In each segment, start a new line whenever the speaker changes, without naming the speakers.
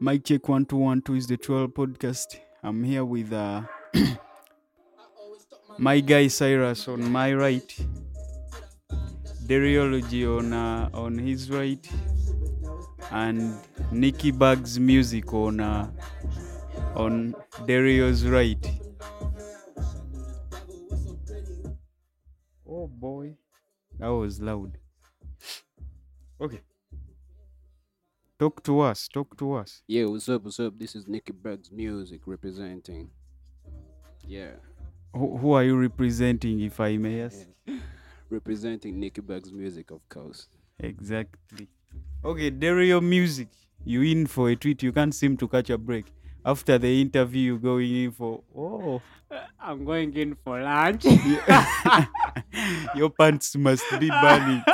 Mic check one two one two is the Twirl podcast. I'm here with uh, my guy Cyrus on my right, Dariology on uh, on his right, and Nicky Bugs Music on uh, on Dario's right. Oh boy, that was loud. Okay. Talk to us. Talk to us.
Yeah, what's up? What's up? This is Nicky Bugs Music representing. Yeah,
Who, who are you representing, if I may ask?
representing Nicky Bugs Music, of course.
Exactly. Okay, Dario Music. You in for a treat. You can't seem to catch a break. After the interview, you go in for oh,
I'm going in for lunch.
your pants must be burning.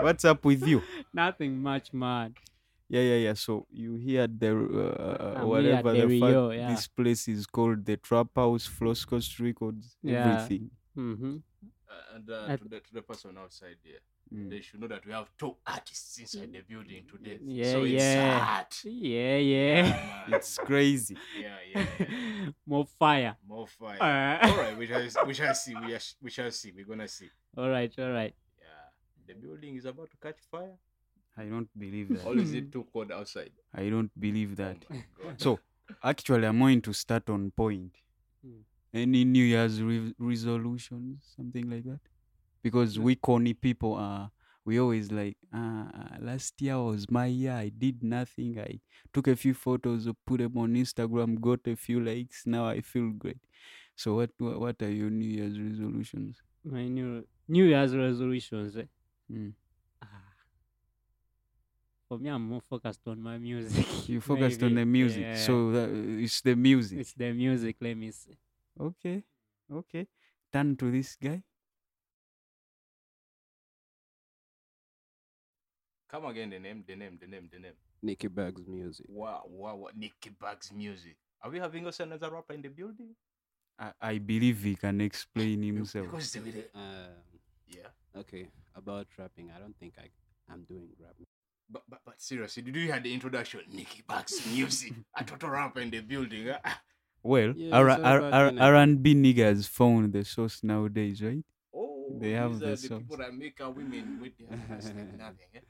What's up with you?
Nothing much mad.
Yeah, yeah, yeah. So you hear the uh,
I'm
whatever
here,
the
Dario,
fact
yeah.
this place is called the Trap House, Floss Coast Records,
Yeah.
everything.
Mm-hmm.
Uh, and uh,
At-
to, the, to the person outside there,
Mm.
they should know that we have two artists inside the building today.
Yeah,
so
yeah.
it's hard.
Yeah, yeah.
Yeah,
It's crazy.
yeah, yeah, yeah.
More fire.
More fire.
Uh,
all right, we shall, we shall see. We, are, we shall see. We're gonna see.
all right, all right.
Yeah, the building is about to catch fire.
I don't believe that.
Or is it too cold outside?
I don't believe that.
Oh my God.
So, actually, I'm going to start on point.
Mm.
Any New Year's re- resolutions, something like that? Because we corny people are, we always like, ah, ah, last year was my year. I did nothing. I took a few photos, put them on Instagram, got a few likes. Now I feel great. So, what what, what are your New Year's resolutions?
My new New Year's resolutions. Eh?
Mm.
Ah. For me, I'm more focused on my music.
You focused on
maybe.
the music,
Yeah.
so that, it's the music.
it's the music. Let me see.
Okay, okay. Turn to this guy.
Come again, the name, the name, the name, the name.
Nicky Bugs Music.
Wow, wow, wow. Nicky Bugs music. Are we having us another rapper in the building?
I, I believe he can explain himself.
Because the way they,
Um,
yeah.
okay, about rapping, I don't think I I'm doing rap.
But, but, but seriously, did you hear the introduction? Nicky Bucks music. A total rapper in the building. huh?
Well,
Yeah,
R
it's all
R
about
R
energy.
R&B niggas found the source nowadays, right?
Oh,
They have
these
the
are the
songs.
people that make our women with their hands like nothing. eh?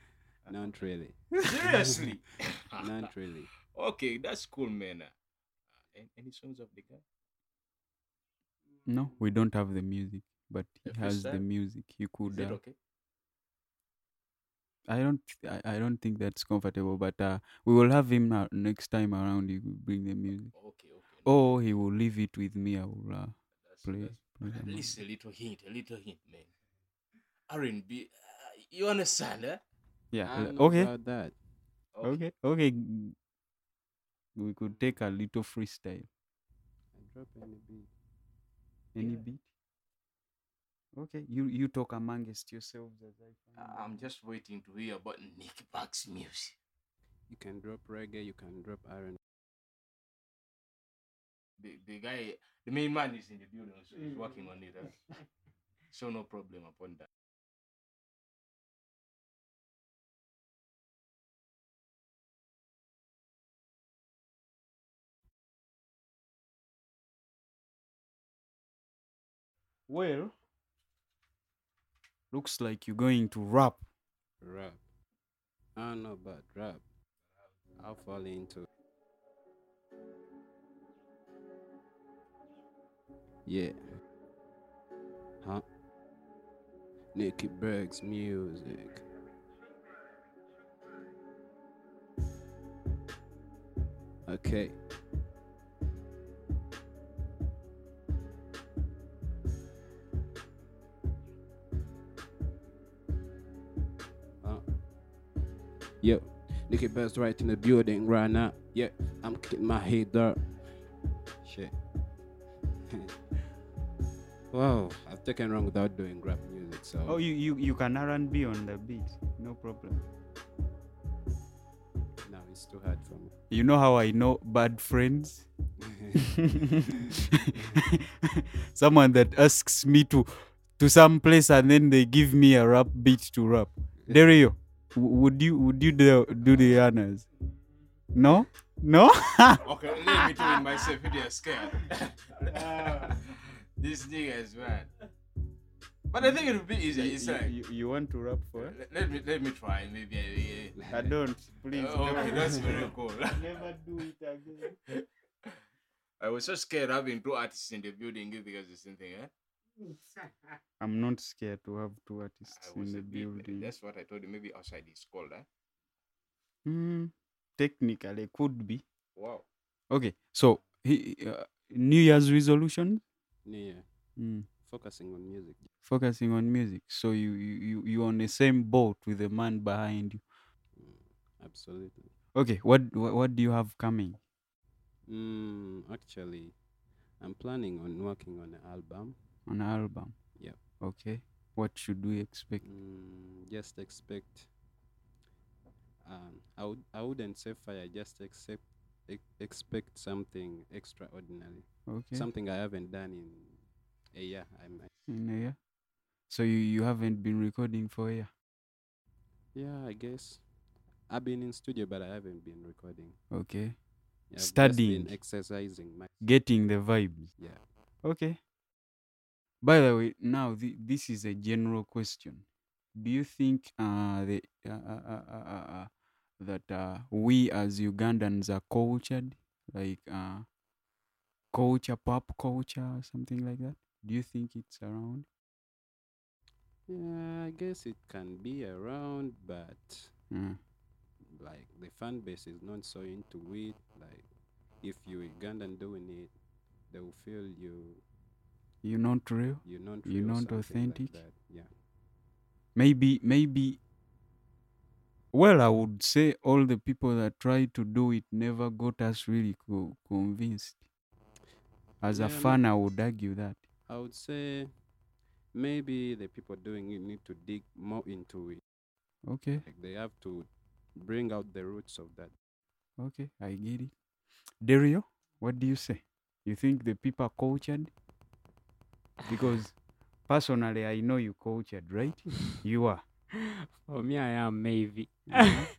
Not really.
Seriously.
Not really.
okay, that's cool, man. Uh, an- any songs of the guy?
No, we don't have the music, but he
The
has the
freestyle?
music. You
Is
could.
it
Uh,
okay?
I don't. I, I don't think that's comfortable. But uh, we will have him uh, next time around. He will bring the music, Oh,
Okay, okay. no,
or he will leave it with me. I will uh,
that's-
play.
that's-
play
At
some of
least
it.
a little hint, a little hint, man. R&B, uh, you understand, eh?
Yeah.
I'm
l-
not
Okay.
About that.
oh.
Okay. Okay. g- We could take a little freestyle.
I drop any beat.
Any
Yeah.
beat. Okay. You you talk amongst yourselves as I find
I- Uh, I'm just waiting to hear about Nicky Bucks music.
You can drop reggae. You can drop iron.
the, the guy, the main man is in the building, so he's
Mm.
working on it. huh? so no problem upon that.
Well, looks like you're going to rap.
Rap. I don't know about rap. I'll fall into. Yeah. Huh? Nicky Berg's music. Okay. Huh? Uh, Yo, Nicky Berg's right in the building right now. Yeah, I'm kicking my head up. Shit. wow, I've taken wrong without doing rap music, so.
Oh, you you, you can R&B on the beat, no problem.
No, it's too hard for me.
You know how I know bad friends? Someone that asks me to to some place and then they give me a rap beat to rap. Dario, w- would you would you do, do the honors? No? No?
Okay, let me tell you myself, you are scared. These niggas, man. But I think it would be easy. It's like,
you, eh? you want to rap for
let, let me let me try. Maybe I.
I don't, please.
Uh, okay, that's very cool.
Never do it again.
I was so scared having two artists in the building because the same thing. Eh?
I'm not scared to have two artists
I
in
was
the
a bit-
building.
That's what I told you. Maybe outside is cold. Eh?
Hmm, technically, could be.
Wow.
Okay, so he, uh, New Year's resolution,
Yeah,
Hmm,
focusing on music.
focusing on music. So you you you you're on the same boat with the man behind you.
Mm, Absolutely.
Okay, what what, what do you have coming?
Mm, actually, I'm planning on working on an album.
an album.
Yeah.
Okay. What should we expect?
Mm, just expect. Um, I would. I wouldn't say fire. Just accept. Ex- expect something extraordinary.
Okay.
Something I haven't done in a year. I'm.
In a year. So you, you haven't been recording for a year.
Yeah, I guess. I've been in studio, but I haven't been recording.
Okay.
I've just
Studying.
been exercising. My,
Getting the vibes.
yeah.
Okay. By the way, now thi- this is a general question. Do you think uh, the uh, uh, uh, uh, uh, uh, that uh, we as Ugandans are cultured, like uh, culture, pop culture, or something like that? Do you think it's around?
Yeah, I guess it can be around, but
Uh,
like the fan base is not so into it. Like if you Ugandan doing it, they will feel you
you not real?
you're not
You're
real,
not
something like
authentic.
that. Yeah,
maybe maybe well i would say all the people that tried to do it never got us really co- convinced as
Yeah,
a
ma-
fan i would argue that
I would say maybe the people doing it need to dig more into it.
okay
Like they have to bring out the roots of that.
okay i get it dario what do you say you think the people are cultured because personally i know you cultured right you are
For me, I am maybe.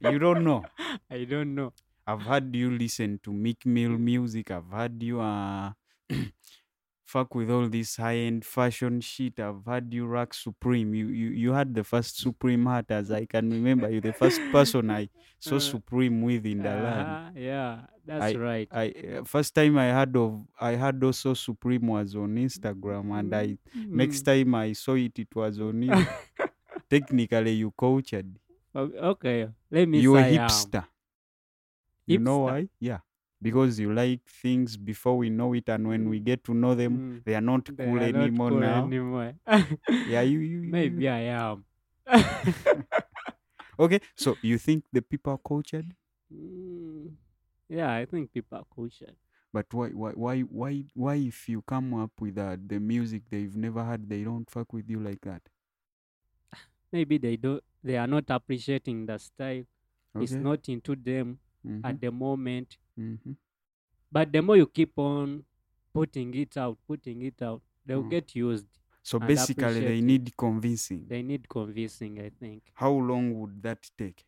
you don't know
I don't know.
I've had you listen to Mick Mill music. I've had you uh, fuck with all this high end fashion shit. I've had you rock Supreme. You, you you had the first Supreme hat as I can remember. You're the first person I saw
Uh,
Supreme with in the land.
Uh-huh, yeah, that's right.
I uh, first time I heard of I heard also Supreme was on Instagram, and I next
Mm,
time I saw it, it was on you. Technically, you cultured.
o- okay, let me
you a
say I am.
hipster. You know
Hipster?
why? Yeah. Because you like things before we know it, and when we get to know them,
Mm,
they are not
they
cool
are not
anymore
cool
now.
anymore.
yeah, you, you, you-
Maybe I am.
Okay, so you think the people are cultured,
Mm, yeah, I think people are cultured.
but why, why, why, why, why? If you come up with uh, the music they've never heard, they don't fuck with you like that.
Maybe they don't. They are not appreciating the style. It's
Okay?
not into them
Mhm,
at the moment.
mhm.
But the more you keep on putting it out, putting it out, they'll
Mm.
get used.
So
and
basically, they
appreciated.
need convincing.
They need convincing, I think.
How long would that take?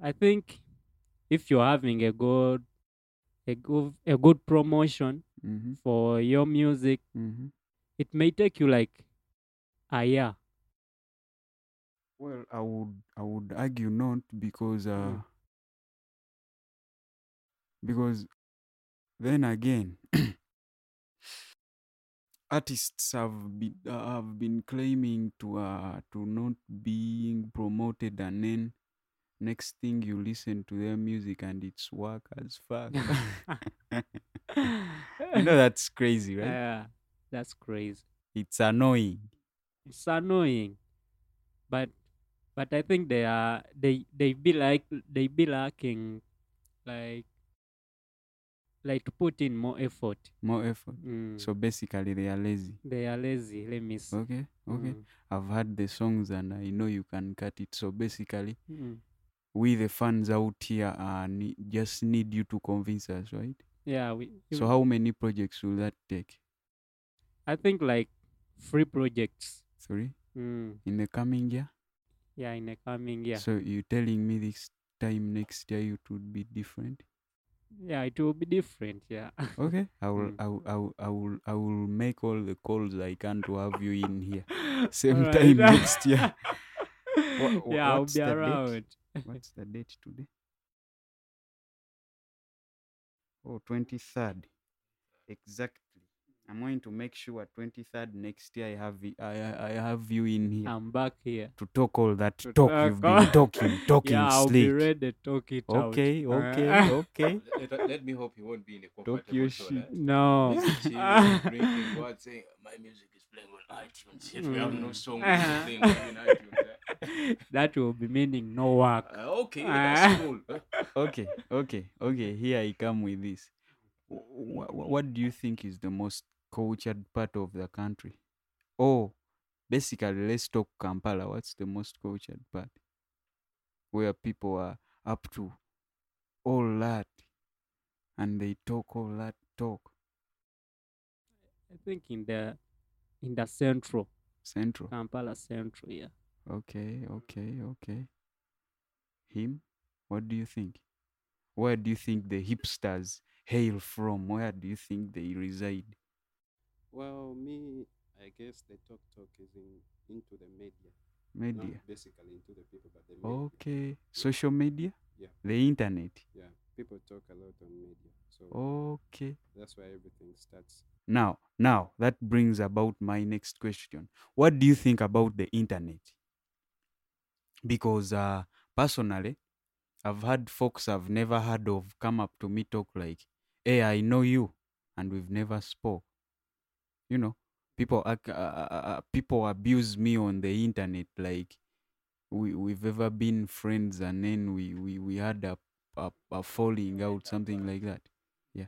I think if you're having a good a good a good promotion
Mm-hmm,
for your music,
mm-hmm.
it may take you like a year.
Well, I would I would argue not because uh
Mm.
because then again artists have been uh, have been claiming to uh to not being promoted and then next thing you listen to their music and it's work as fuck. you know that's crazy, right?
Yeah, that's crazy.
it's annoying.
It's annoying, but but I think they are they they be like they be lacking like like to put in more effort.
More effort.
Mm.
So basically they are lazy.
they are lazy. Let me see.
Okay? Oh, Okay.
Mm.
I've heard the songs and I know you can cut it. So basically,
Mm.
we the fans out here uh, ne- just need you to convince us, right?
Yeah, we.
So how many projects will that take?
I think like free projects.
Three
Mm.
in the coming year.
Yeah, in the coming year.
So you're telling me this time next year it would be different.
yeah it will be different yeah
Okay, I will,
Mm.
I will, I will, I will, I will make all the calls I can to have you in here same
Alright.
time next year. wha-
yeah i'll
what's
be
the date?
around
What's the date today? Oh, 23rd. Exactly. I'm going to make sure 23rd next year I have y- I, I, I have you in here
i'm back here
to talk all that
Ah.
talk
to talk
you've
all-
been talking, talking
yeah i'll be
slick.
ready to talk it out. Uh,
Okay,
All
okay,
right.
okay.
Let, let- let me hope he won't be in a
Talk
comfortable
your
zone, eh?
shit.
no
She was drinking what saying my music is playing on iTunes. Yet we have no
Mm.
song
Uh-huh.
playing on iTunes. eh?
that will be meaning no work
Uh, okay, that's
Ah.
cool. huh?
okay, okay, okay. Here I come with this. What, what do you think is the most cultured part of the country? Oh, basically, let's talk Kampala. What's the most cultured part? Where people are up to all that and they talk all that talk.
i think in the in the central
Central.
kampala central yeah
Okay, okay, okay. Him? What do you think? Where do you think the hipsters hail from? Where do you think they reside?
Well, me, I guess the talk talk is in, into the media.
Media.
Not basically into the people, but the media.
Okay. Social media?
Yeah.
The internet.
Yeah, people talk a lot on media. So
Oh. Okay.
that's where everything starts.
Now, now that brings about my next question. What do you think about the internet? Because uh personally, I've had folks I've never heard of come up to me talk like, "Hey, I know you," and we've never spoke. You know, people ac- uh, uh, uh, people abuse me on the internet like we we've ever been friends and then we we we had a a, a falling out something like that. Yeah.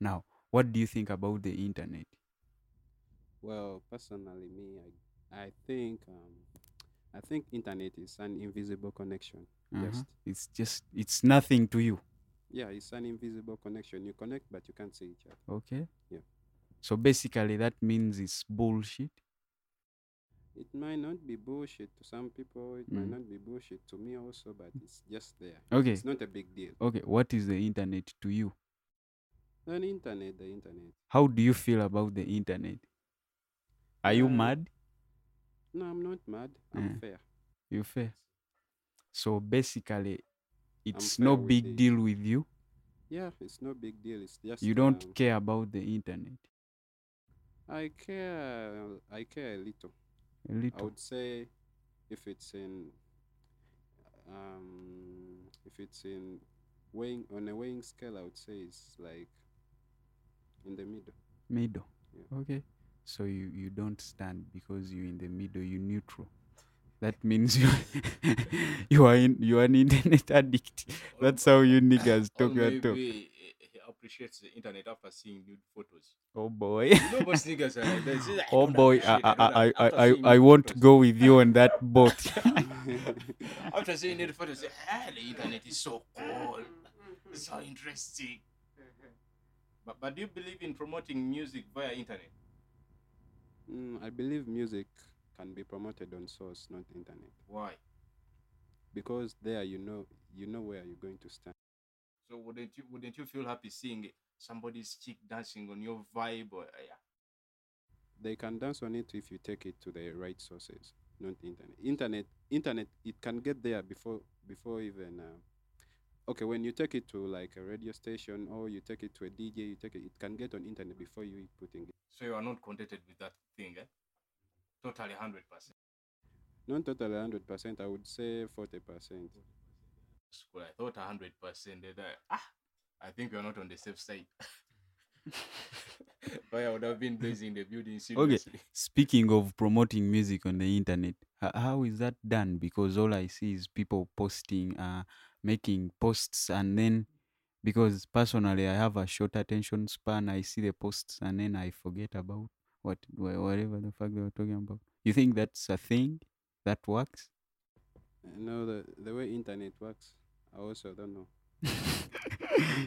Now, what do you think about the internet?
Well, personally, me, I, I think, um, I think internet is an invisible connection.
Uh-huh.
Just
It's just it's nothing to you.
yeah, it's an invisible connection. You connect, but you can't see each other.
Okay.
Yeah.
So basically, that means it's bullshit.
It might not be bullshit to some people. It
Mm.
might not be bullshit to me also, but it's just there.
Okay.
It's not a big deal.
Okay. What is the internet to you?
On internet, the internet.
How do you feel about the internet? Are you
Uh,
mad?
No, I'm not mad. I'm
Yeah.
fair.
You fair? So basically, it's
fair
no
with
big
it.
deal with you.
Yeah, it's no big deal. It's just
You don't
um,
care about the internet.
I care. I care a little.
A
I
little.
would say if it's in um if it's in weighing on a weighing scale I would say it's like in the middle.
middle.
Yeah.
Okay. So you, you don't stand because you're in the middle, you're neutral. That means you you are in, you are an internet addict. That's how you niggas
Or
talk your talk.
Oh, maybe he- he appreciates the internet after seeing nude photos.
Oh boy.
You know what niggas are like? They say, uh, "I
Oh
don't
boy, I
appreciate-
I,
don't
I,
ap-
I,
after
I,
seeing
I
nude
won't
photos."
go with you on that boat.
After seeing nude photos, say, ah, the internet is so cool, so interesting. But, but do you believe in promoting music via internet?
Mm, I believe music can be promoted on source, not internet.
Why?
Because there you know you know where you're going to stand.
So wouldn't you wouldn't you feel happy seeing somebody's chick dancing on your vibe? Or, yeah.
They can dance on it if you take it to the right sources, not internet. Internet internet it can get there before before even uh, okay when you take it to like a radio station or you take it to a dj you take it it can get on internet before you putting it
So you are not contented with that thing, eh? Totally hundred percent.
not totally 100% i would say 40%
School, I thought hundred percent. Ah, I think you are not on the safe side. Why I would have been blazing the building seriously.
Speaking of promoting music on the internet, h- how is that done? Because all I see is people posting, uh, making posts, and then because personally I have a short attention span, I see the posts and then I forget about what wha- whatever the fuck they were talking about. You think that's a thing that works?
no the, the way internet works i also don't know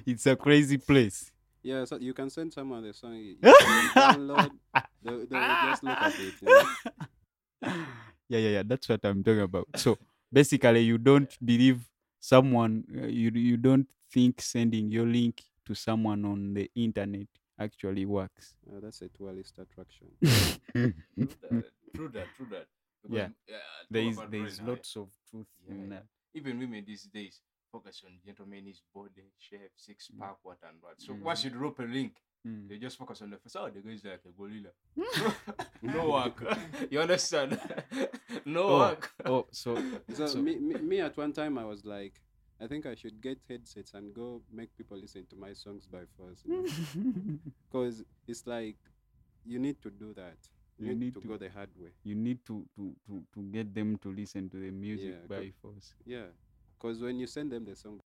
it's a crazy place.
yeah so you can send someone the song you can download they, they will just look at it you know?
yeah, yeah, yeah. That's what I'm talking about. So basically, you don't believe someone uh, you you don't think sending your link to someone on the internet actually works.
Uh, that's a tourist attraction.
True that, true that, true that. Because,
Yeah.
uh, talk
there is
about
there
brain,
is
uh,
lots of truth
Yeah,
in
yeah.
that.
Even women these days focus on gentleman's body, shape, six
Mm.
pack, what and what. So
Mm.
once you drop a link,
Mm.
they just focus on the face. Oh, the guy is like a gorilla. no work. you understand? no
Oh,
work.
Oh, so
So,
So-
me, me, me at one time I was like, I think I should get headsets and go make people listen to my songs by force, because it's like you need to do that. You, need, to, go the hard way.
you need to, to to to get them to listen to the music
Yeah,
by
go-
force.
Yeah, because when you send them the song,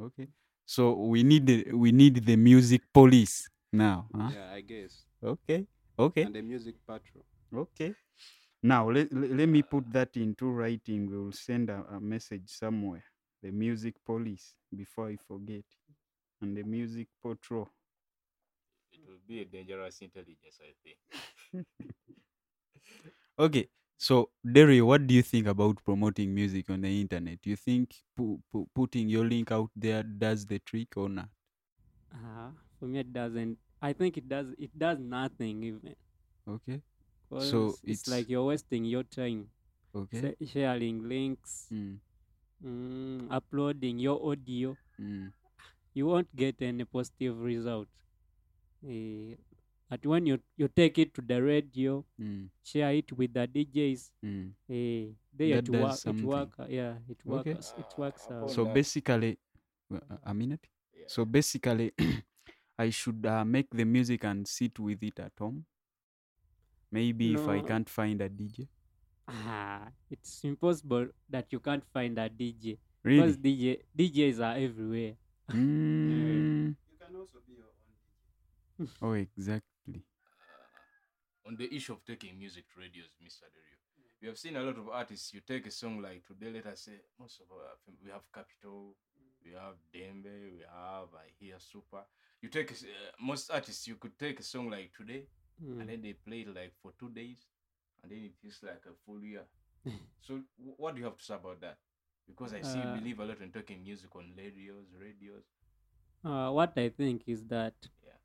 Okay. So we need the, we need the music police now. Huh?
yeah, I guess,
Okay. Okay.
and the music patrol.
Okay. Now let, let, me put that into writing. We will send a, a message somewhere. The music police before I forget, and the music patrol.
It will be a dangerous intelligence, I think.
Okay. So Derry, what do you think about promoting music on the internet? Do you think pu- pu- putting your link out there does the trick or not?
Uh, for me, it doesn't. I think it does. It does nothing even.
Okay.
'cause
So
it's,
it's-
like you're wasting your time
Okay.
Sa- sharing links,
Mm,
mm, uploading your audio.
mm,
You won't get any positive result. Eh, but when you you take it to the radio,
mm,
share it with the DJs.
mm.
Eh, they
That
it
does
work. It
something.
work. uh, Yeah, it works.
Okay.
It works.
Ah,
out.
So
that-
basically, uh, well, a- a minute.
Yeah.
So basically, I should uh, make the music and sit with it at home. Maybe if I
No.
can't find a DJ.
ah, it's impossible that you can't find a DJ because
Really?
DJ DJs are everywhere.
Mm.
You can also be your own.
Oh, exactly.
Uh, on the issue of taking music to radios, Mr. Derio. We have seen a lot of artists. You take a song like today, let us say, most of our, fam- we have Capital, we have Dembe, we have I Hear Super. You take, a s- uh, most artists, you could take a song like today,
Mm.
and
Hmm.
then they play it like for two days, and then it feels like a full year. so, wh- what do you have to say about that? Because I see
Uh,
you believe a lot in taking music on radios, radios.
uh, what I think is that
Yeah.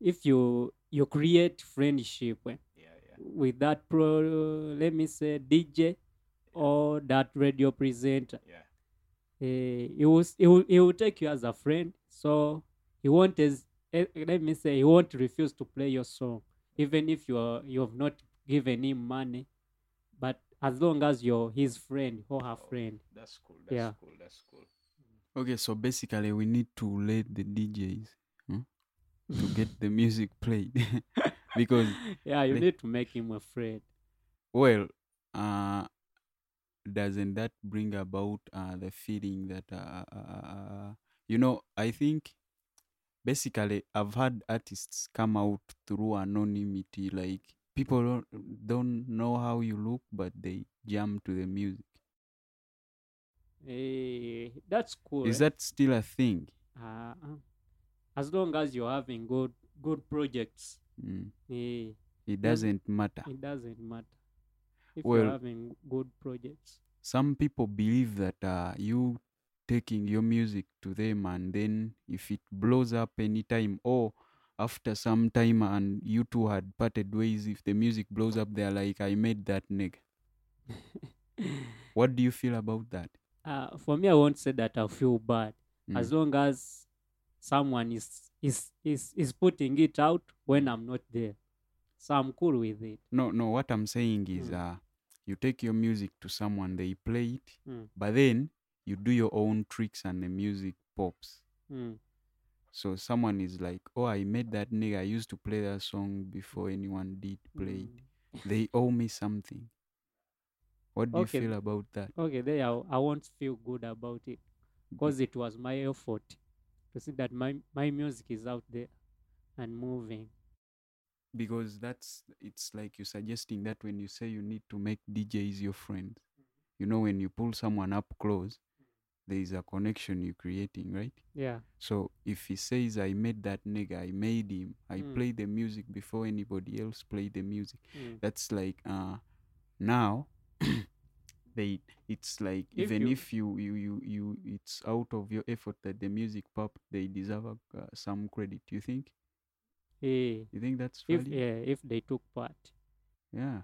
if you you create friendship eh,
Yeah, yeah.
with that pro, let me say DJ or that radio presenter,
Yeah.
eh, he will s- he will he will take you as a friend. So he won't as eh, let me say he won't refuse to play your song, even if you are you have not given him money, but as long as you're his friend or her
Oh,
friend.
That's cool. That's
Yeah.
cool. That's cool.
Okay, so basically, we need to let the DJs hmm, to get the music played because,
yeah, you
They-
need to make him a friend.
well, uh, doesn't that bring about uh, the feeling that uh, uh, uh, you know? I think basically I've had artists come out through anonymity, like people don't, don't know how you look, but they jam to the music.
Eh, that's cool.
Is
eh?
that still a thing?
Uh, as long as you're having good good projects,
Mm.
eh,
It doesn't matter.
it doesn't matter. If
Well-
you're having good projects,
some people believe that uh, you taking your music to them and then if it blows up anytime or after some time and you two had parted ways if the music blows up they're like i made that nigga what do you feel about that
uh, for me, I won't say that I feel bad. As
Mm,
long as someone is is is is putting it out when I'm not there, so I'm cool with it.
no no what i'm saying is
Mm.
uh you take your music to someone they play it
Mm.
but then you do your own tricks and the music pops
Mm.
so someone is like oh i made that nigga i used to play that song before anyone did play it
Mm.
they owe me something. What do
Okay.
you feel about that?
Okay, there I, I won't feel good about it because it was my effort to see that my my music is out there and moving.
Because that's it's like you're suggesting that when you say you need to make DJs your friends, you know, when you pull someone up close, there is a connection you're creating, right?
Yeah.
So if he says, I made that nigga, I made him, I
Mm.
played the music before anybody else played the music,
Mm.
that's like uh now they it's like
If
even
you-
if you you you you it's out of your effort that the music pop they deserve a, uh, some credit you think
Eh,
you think that's
if
valid?
yeah, if they took part.
yeah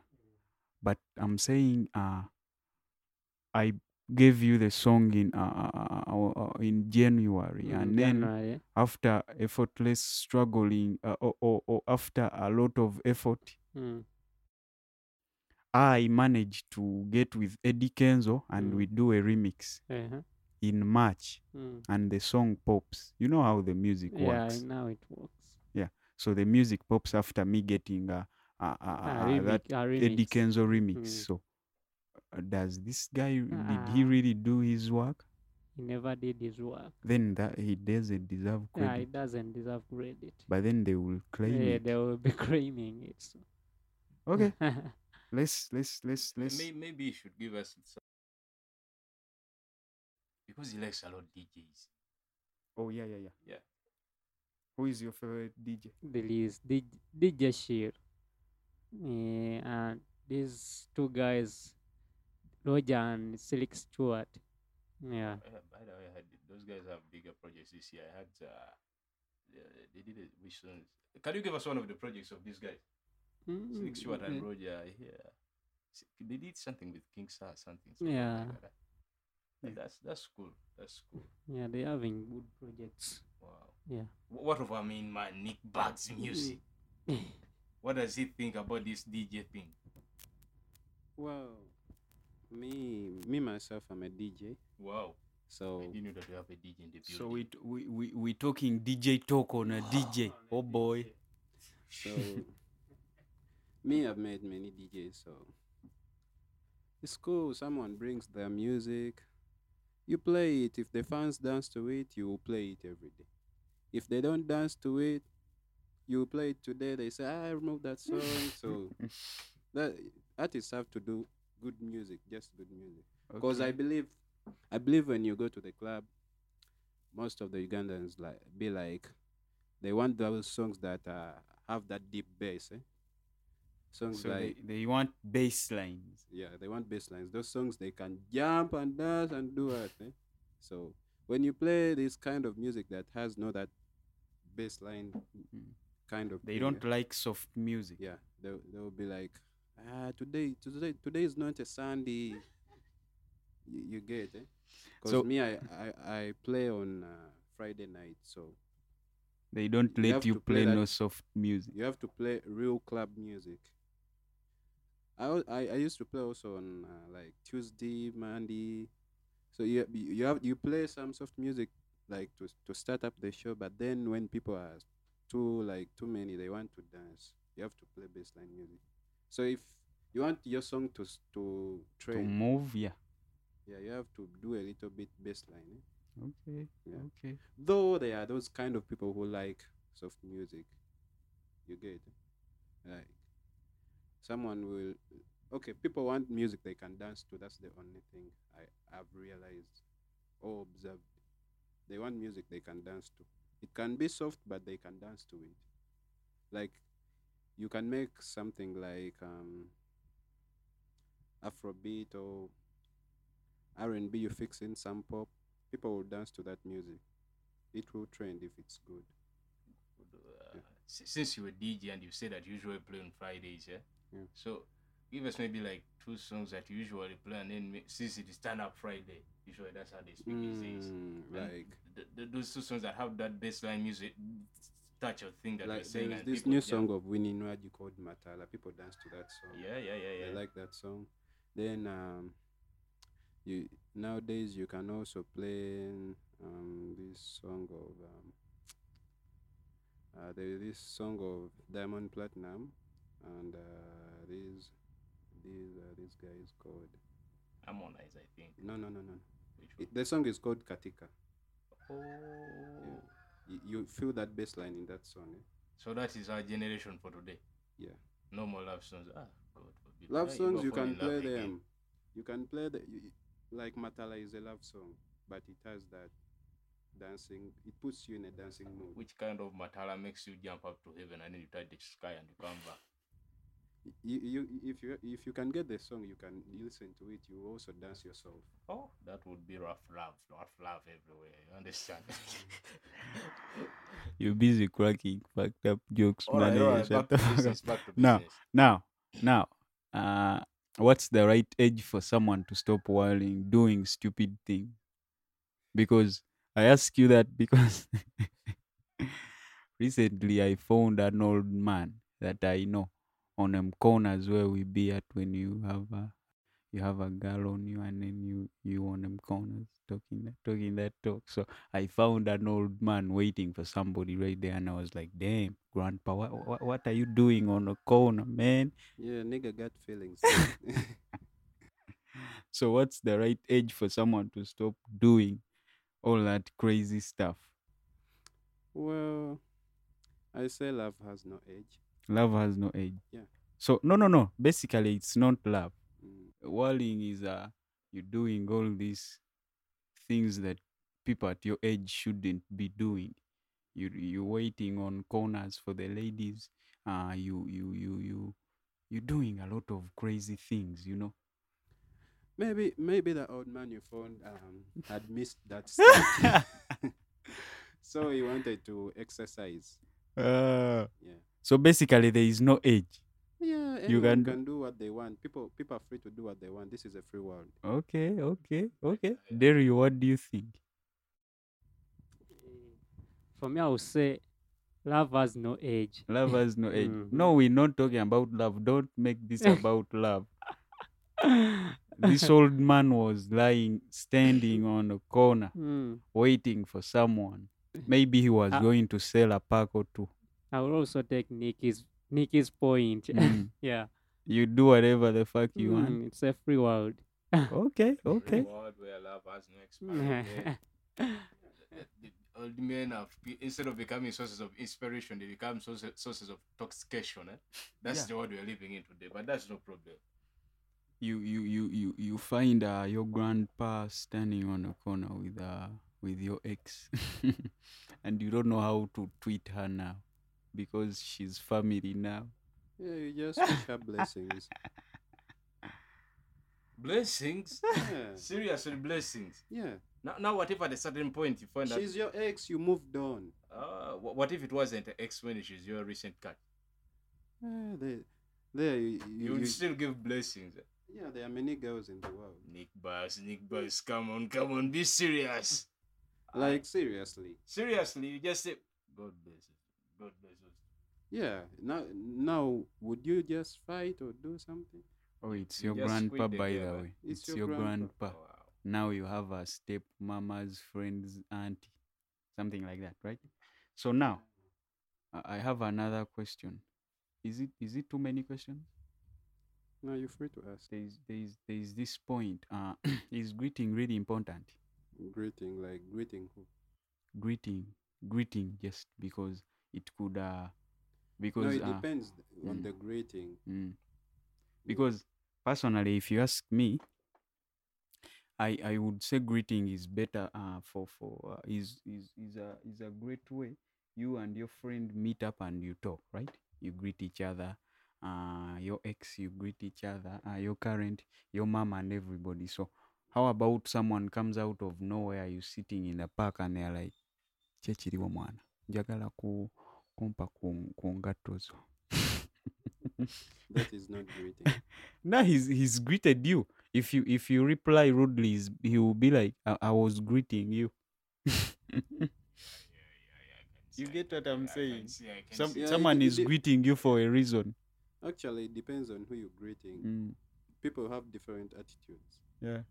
but i'm saying uh i gave you the song in uh, uh, uh, uh, in january
mm,
and then
January, eh?
after effortless struggling uh, or, or, or after a lot of effort
Mm,
i managed to get with eddie kenzo and
Mm.
we do a remix
uh-huh,
in march
mm.
and the song pops you know how the music
Yeah,
works
now it works.
so the music pops after me getting uh, uh, uh,
Ah,
uh,
remix,
that
ah,
eddie
remix.
kenzo remix
Mm.
so uh, does this guy did he
Ah.
really do his work
He never did his work.
then that he doesn't deserve
Yeah,
credit
it doesn't deserve credit.
but then they will claim
Yeah,
it.
they will be claiming it. so.
okay let's let's let's
May-
let's
may- maybe he should give us some because he likes a lot DJs.
Oh yeah, yeah, yeah.
Yeah.
Who is your favorite DJ?
the list did DJ Sheer. Yeah, and these two guys, Roger and Silk Stewart. Yeah.
Uh, by the way, I had, those guys have bigger projects this year. I had uh, the- they did it. Which songs? Can you give us one of the projects of these guys? Slick Stewart and
Mm,
Roger. Yeah, S- they did something with King Star, something. something like
Yeah.
that. Yeah, That's that's cool. That's cool.
Yeah, they're having good projects.
Wow.
Yeah. Mm-hmm.
Wh- What of I mean, my Nick Bugs music? What does he think about this DJ thing?
Well, me, me myself, I'm a DJ.
Wow.
So
I didn't know that we have a DJ in the building.
So we we we we talking DJ talk on a DJ. Oh boy.
So me, I've made many DJs, so it's cool. Someone brings their music, you play it. If the fans dance to it, you will play it every day. If they don't dance to it, you will play it today. They say, "Ah, I remove that song. so that artists have to do good music, just good music. Because I believe, I believe when you go to the club, most of the Ugandans like be like, they want those songs that uh, have that deep bass. Eh? Songs
so
like
they, they want bass lines.
yeah, they want bass lines. Those songs they can jump and dance and do it. Eh? So when you play this kind of music that has no that bass line
Mm.
kind of,
They
thing,
don't
eh,
like soft music.
yeah, they they will be like, ah, today today today is not a Sunday. you, you get eh? Because
So-
me, I, I I play on uh, Friday night, so
They don't
You
let
have
you
to play
play
that-
no soft music.
you have to play real club music. I al- I, I used to play also on uh, like Tuesday, Monday. So you you you have you play some soft music like to to start up the show, but then when people are too like too many, they want to dance. You have to play bassline music. So if you want your song to s- to
To
trend,
move, yeah.
yeah, you have to do a little bit bassline. Eh?
Okay.
Yeah.
Okay.
though there are those kind of people who like soft music you get like someone will okay people want music they can dance to that's the only thing i have realized or observed they want music they can dance to it can be soft but they can dance to it like you can make something like um afrobeat or r&b you fix in some pop people will dance to that music it will trend if it's good.
uh, si- since you were DJ and you said that you usually play on Fridays, yeah?
Yeah.
So give us maybe like two songs that you usually play, and then ma- since it is Stand Up Friday, usually that's how they speak these days. And
Mm, like
th- th- those two songs that have that bassline music touch of thing that we're
like
saying.
there is
and
this
people
new
jam.
song of Winnie Nwaji called Matala. People dance to that song.
Yeah, yeah, yeah,
They
yeah.
like that song. Then um, you nowadays you can also play um, this song of um, uh, there is this song of Diamond Platinum and uh, these these uh, these guys called
Harmonize, I think.
no no no no. no.
Which
It, the song is called Katika.
one?
Yeah.
Oh.
You, you feel that bass line in that song. Eh?
So that is our generation for today.
Yeah.
No more love songs. Ah, God forbid.
love
Yeah,
songs
go
you
fall
can
in love
play
again.
them you can play the you, you- like matala is a love song but it has that dancing it puts you in a dancing mood
Which kind of matala makes you jump up to heaven and then you touch the sky and you come back?
Y- you, you if you if you can get the song, you can listen to it. You also dance yourself.
Oh, that would be rough love, rough love everywhere. You understand?
You're busy cracking fucked up jokes,
All right,
man.
all
eh,
right,
shut
back
the
to
fuck up.
business. Back to
No.
business.
Now, now, uh, what's the right age for someone to stop whiling doing stupid thing? Because I ask you that because recently I found an old man that I know on them corners where we be at when you have a you have a girl on you and then you you on them corners talking that talking that talk. So I found an old man waiting for somebody right there, and I was like, "Damn, grandpa, what what, what are you doing on a corner, man?"
Yeah, nigga got feelings.
So what's the right age for someone to stop doing all that crazy stuff?
well, I say love has no age.
Love has no age.
Yeah.
So no, no, no. Basically, it's not love.
Mm.
Whirling is uh, you doing all these things that people at your age shouldn't be doing. You you waiting on corners for the ladies. Uh, you you you you you doing a lot of crazy things. You know.
Maybe maybe the old man you found um, had missed that stage, so he wanted to exercise.
Uh,
Yeah.
so basically, there is no age.
Yeah,
You
anyone
can do-
can do what they want. People people are free to do what they want. This is a free world.
Okay, okay, okay. Derry, what do you think?
For me, I would say love has no age.
Love has no age. No, we're not talking about love. Don't make this about love.
Hmm.
This old man was lying, standing on a corner,
Mm.
waiting for someone. Maybe he was
Ah.
going to sell a pack or two.
I will also take Nikki's Nikki's point.
Mm.
yeah,
You do whatever the fuck you want.
Mm, it's a free world.
Okay,
Free
okay.
world where love has no expiry date. The Old men have be- instead of becoming sources of inspiration, they become sources, sources of toxication. Eh? That's
Yeah.
the world we're living in today, but that's no problem.
You you you you you find uh, your grandpa standing on a corner with uh with your ex, and you don't know how to treat her now, because she's family now.
Yeah, you just wish her blessings.
Blessings,
Yeah.
seriously, blessings.
Yeah.
Now, now, what if at a certain point you find out,
She's your ex, you moved on.
uh, wh- what if it wasn't an ex when she's your recent cut?
Yeah, there, there you,
You
you,
would
you-
still give blessings. eh?
yeah, there are many girls in the world.
Nick Bass, Nick Bass, come on, come on, be serious.
Like seriously.
Seriously, you just say, God bless us. God bless us.
Yeah. Now now would you just fight or do something?
Oh, it's
You
your
just squint
grandpa,
the
by
girl,
the
eh?
way.
It's
It's,
your
your,
grandpa.
grandpa.
Wow.
Now you have a step mama's friend's auntie, something like that, right? So now, I I have another question. Is it is it too many questions?
No, you're free to ask.
There is there is there is this point. Uh, is greeting really important?
Greeting, like greeting who?
Greeting, greeting, just because it could uh, because
No, it
uh,
depends on
mm.
the greeting.
Mm. Because personally, if you ask me, I I would say greeting is better uh, for for uh, is is is a is a great way you and your friend meet up and you talk right. You greet each other. Uh, your ex, you greet each other. Uh, your current, your mom, and everybody. So, how about someone comes out of nowhere? You sitting in the park and they're like, "Chechiriwa mwana, njagala ku kumpa ku, kuongatozo."
That is not greeting.
No, he's he's greeted you. If you if you reply rudely, he's, he will be like, I, "I was greeting you." You get what I'm saying? Some,
see. Yeah, it-
someone
it-
is
it-
greeting you for a reason.
Actually, it depends on who you're greeting.
Mm,
People have different attitudes.
yeah.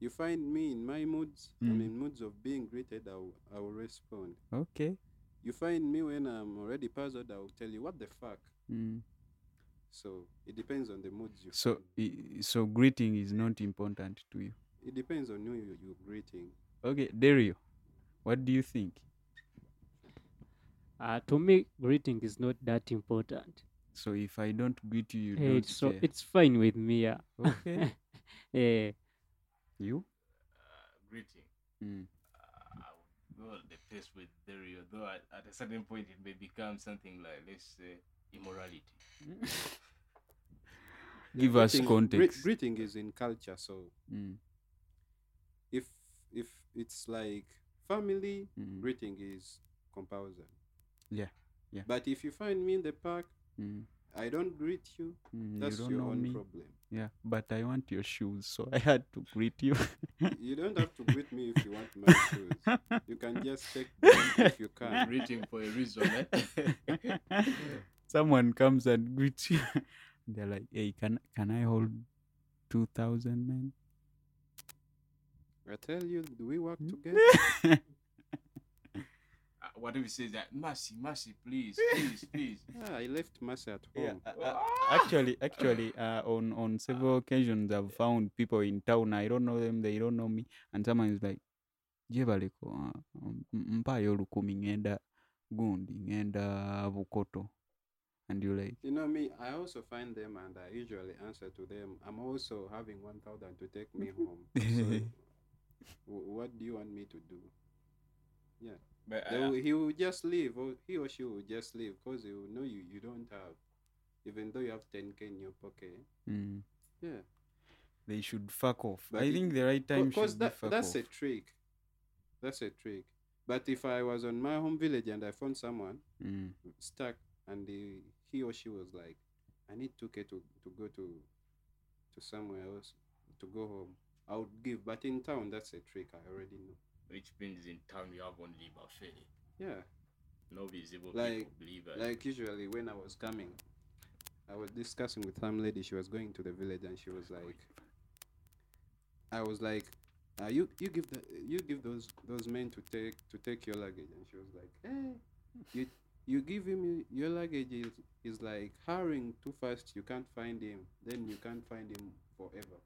You find me in my moods. I'm
Mm.
in moods of being greeted. I'll I'll respond.
Okay.
You find me when I'm already puzzled. I'll tell you what the fuck.
Mm.
So it depends on the moods you.
So
find.
i- so greeting is not important to you.
it depends on who you, you're greeting.
Okay, Dario, what do you think?
uh, to me, greeting is not that important.
So if I don't greet you, you
Eh,
don't
it's so
care.
it's fine with me. Yeah.
okay.
Eh,
You?
Uh, Greeting.
Mm.
Uh, I would go at the pace with Dario, though at, at a certain point it may become something like, let's say, immorality.
Give us
Breathing- bre-
context.
breathing is in culture, so
Mm,
if if it's like family,
mm,
breathing is compulsory.
Yeah, yeah.
But if you find me in the park,
mm,
I don't greet you.
mm,
That's
you don't
your
know
own
me.
problem.
Yeah, but I want your shoes, so I had to greet you.
You don't have to greet me if you want my shoes. You can just take them if you
I'm
can.
greeting for a reason. Eh? Uh,
Someone comes and greets you. They're like, "Hey, can can I hold two thousand men?"
I tell you, do we work together?
Uh, what if he says that? Mercy, mercy, please, please, please.
Ah, I left Massa at
Yeah,
home.
uh, uh, actually, actually, uh, on on several occasions, I've found people in town. I don't know them; they don't know me. And someone is like, "Jebaleko, uh, um, m- mpayo lukumi ngenda gundi ngenda Bukoto," and you're like,
You know me, I also find them and I usually answer to them. I'm also having 1,000 to take me home. So, w- what do you want me to do?
But uh,
They
I-
will, he will just leave, or he or she will just leave because he will know you, you don't have, even though you have 10k in your pocket.
mm,
Yeah.
"They should fuck off."
But
I
it-
think the right time
Because
should
that,
be fuck
that's
off.
a trick. That's a trick. But if I was on my home village and I found someone
Mm,
stuck and he, he or she was like, I need 2k to, to go to to somewhere else to go home, I would give. But in town, that's a trick. I already know.
which means in town you have only buffet.
Yeah.
No visible
Like-
people, believers.
Like usually when I was coming, I was discussing with some lady. She was going to the village, and she was like, "I was like, uh, you you give the you give those those men to take to take your luggage," and she was like, "Hey, you you give him your luggage is is like hurrying too fast. You can't find him. Then you can't find him forever."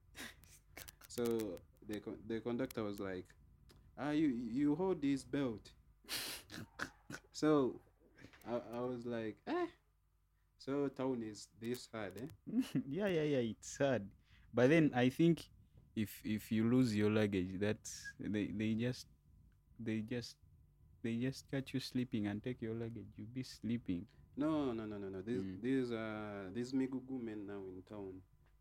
so the con- the conductor was like, "Ah, you you hold this belt." so I, I was like, eh. So town is this hard, eh?
yeah, yeah, yeah. It's sad, but then I think if if you lose your luggage, that's they they just they just they just catch you sleeping and take your luggage. You be sleeping.
No, no, no, no, no. These
Mm.
these uh these Migugu men now in town,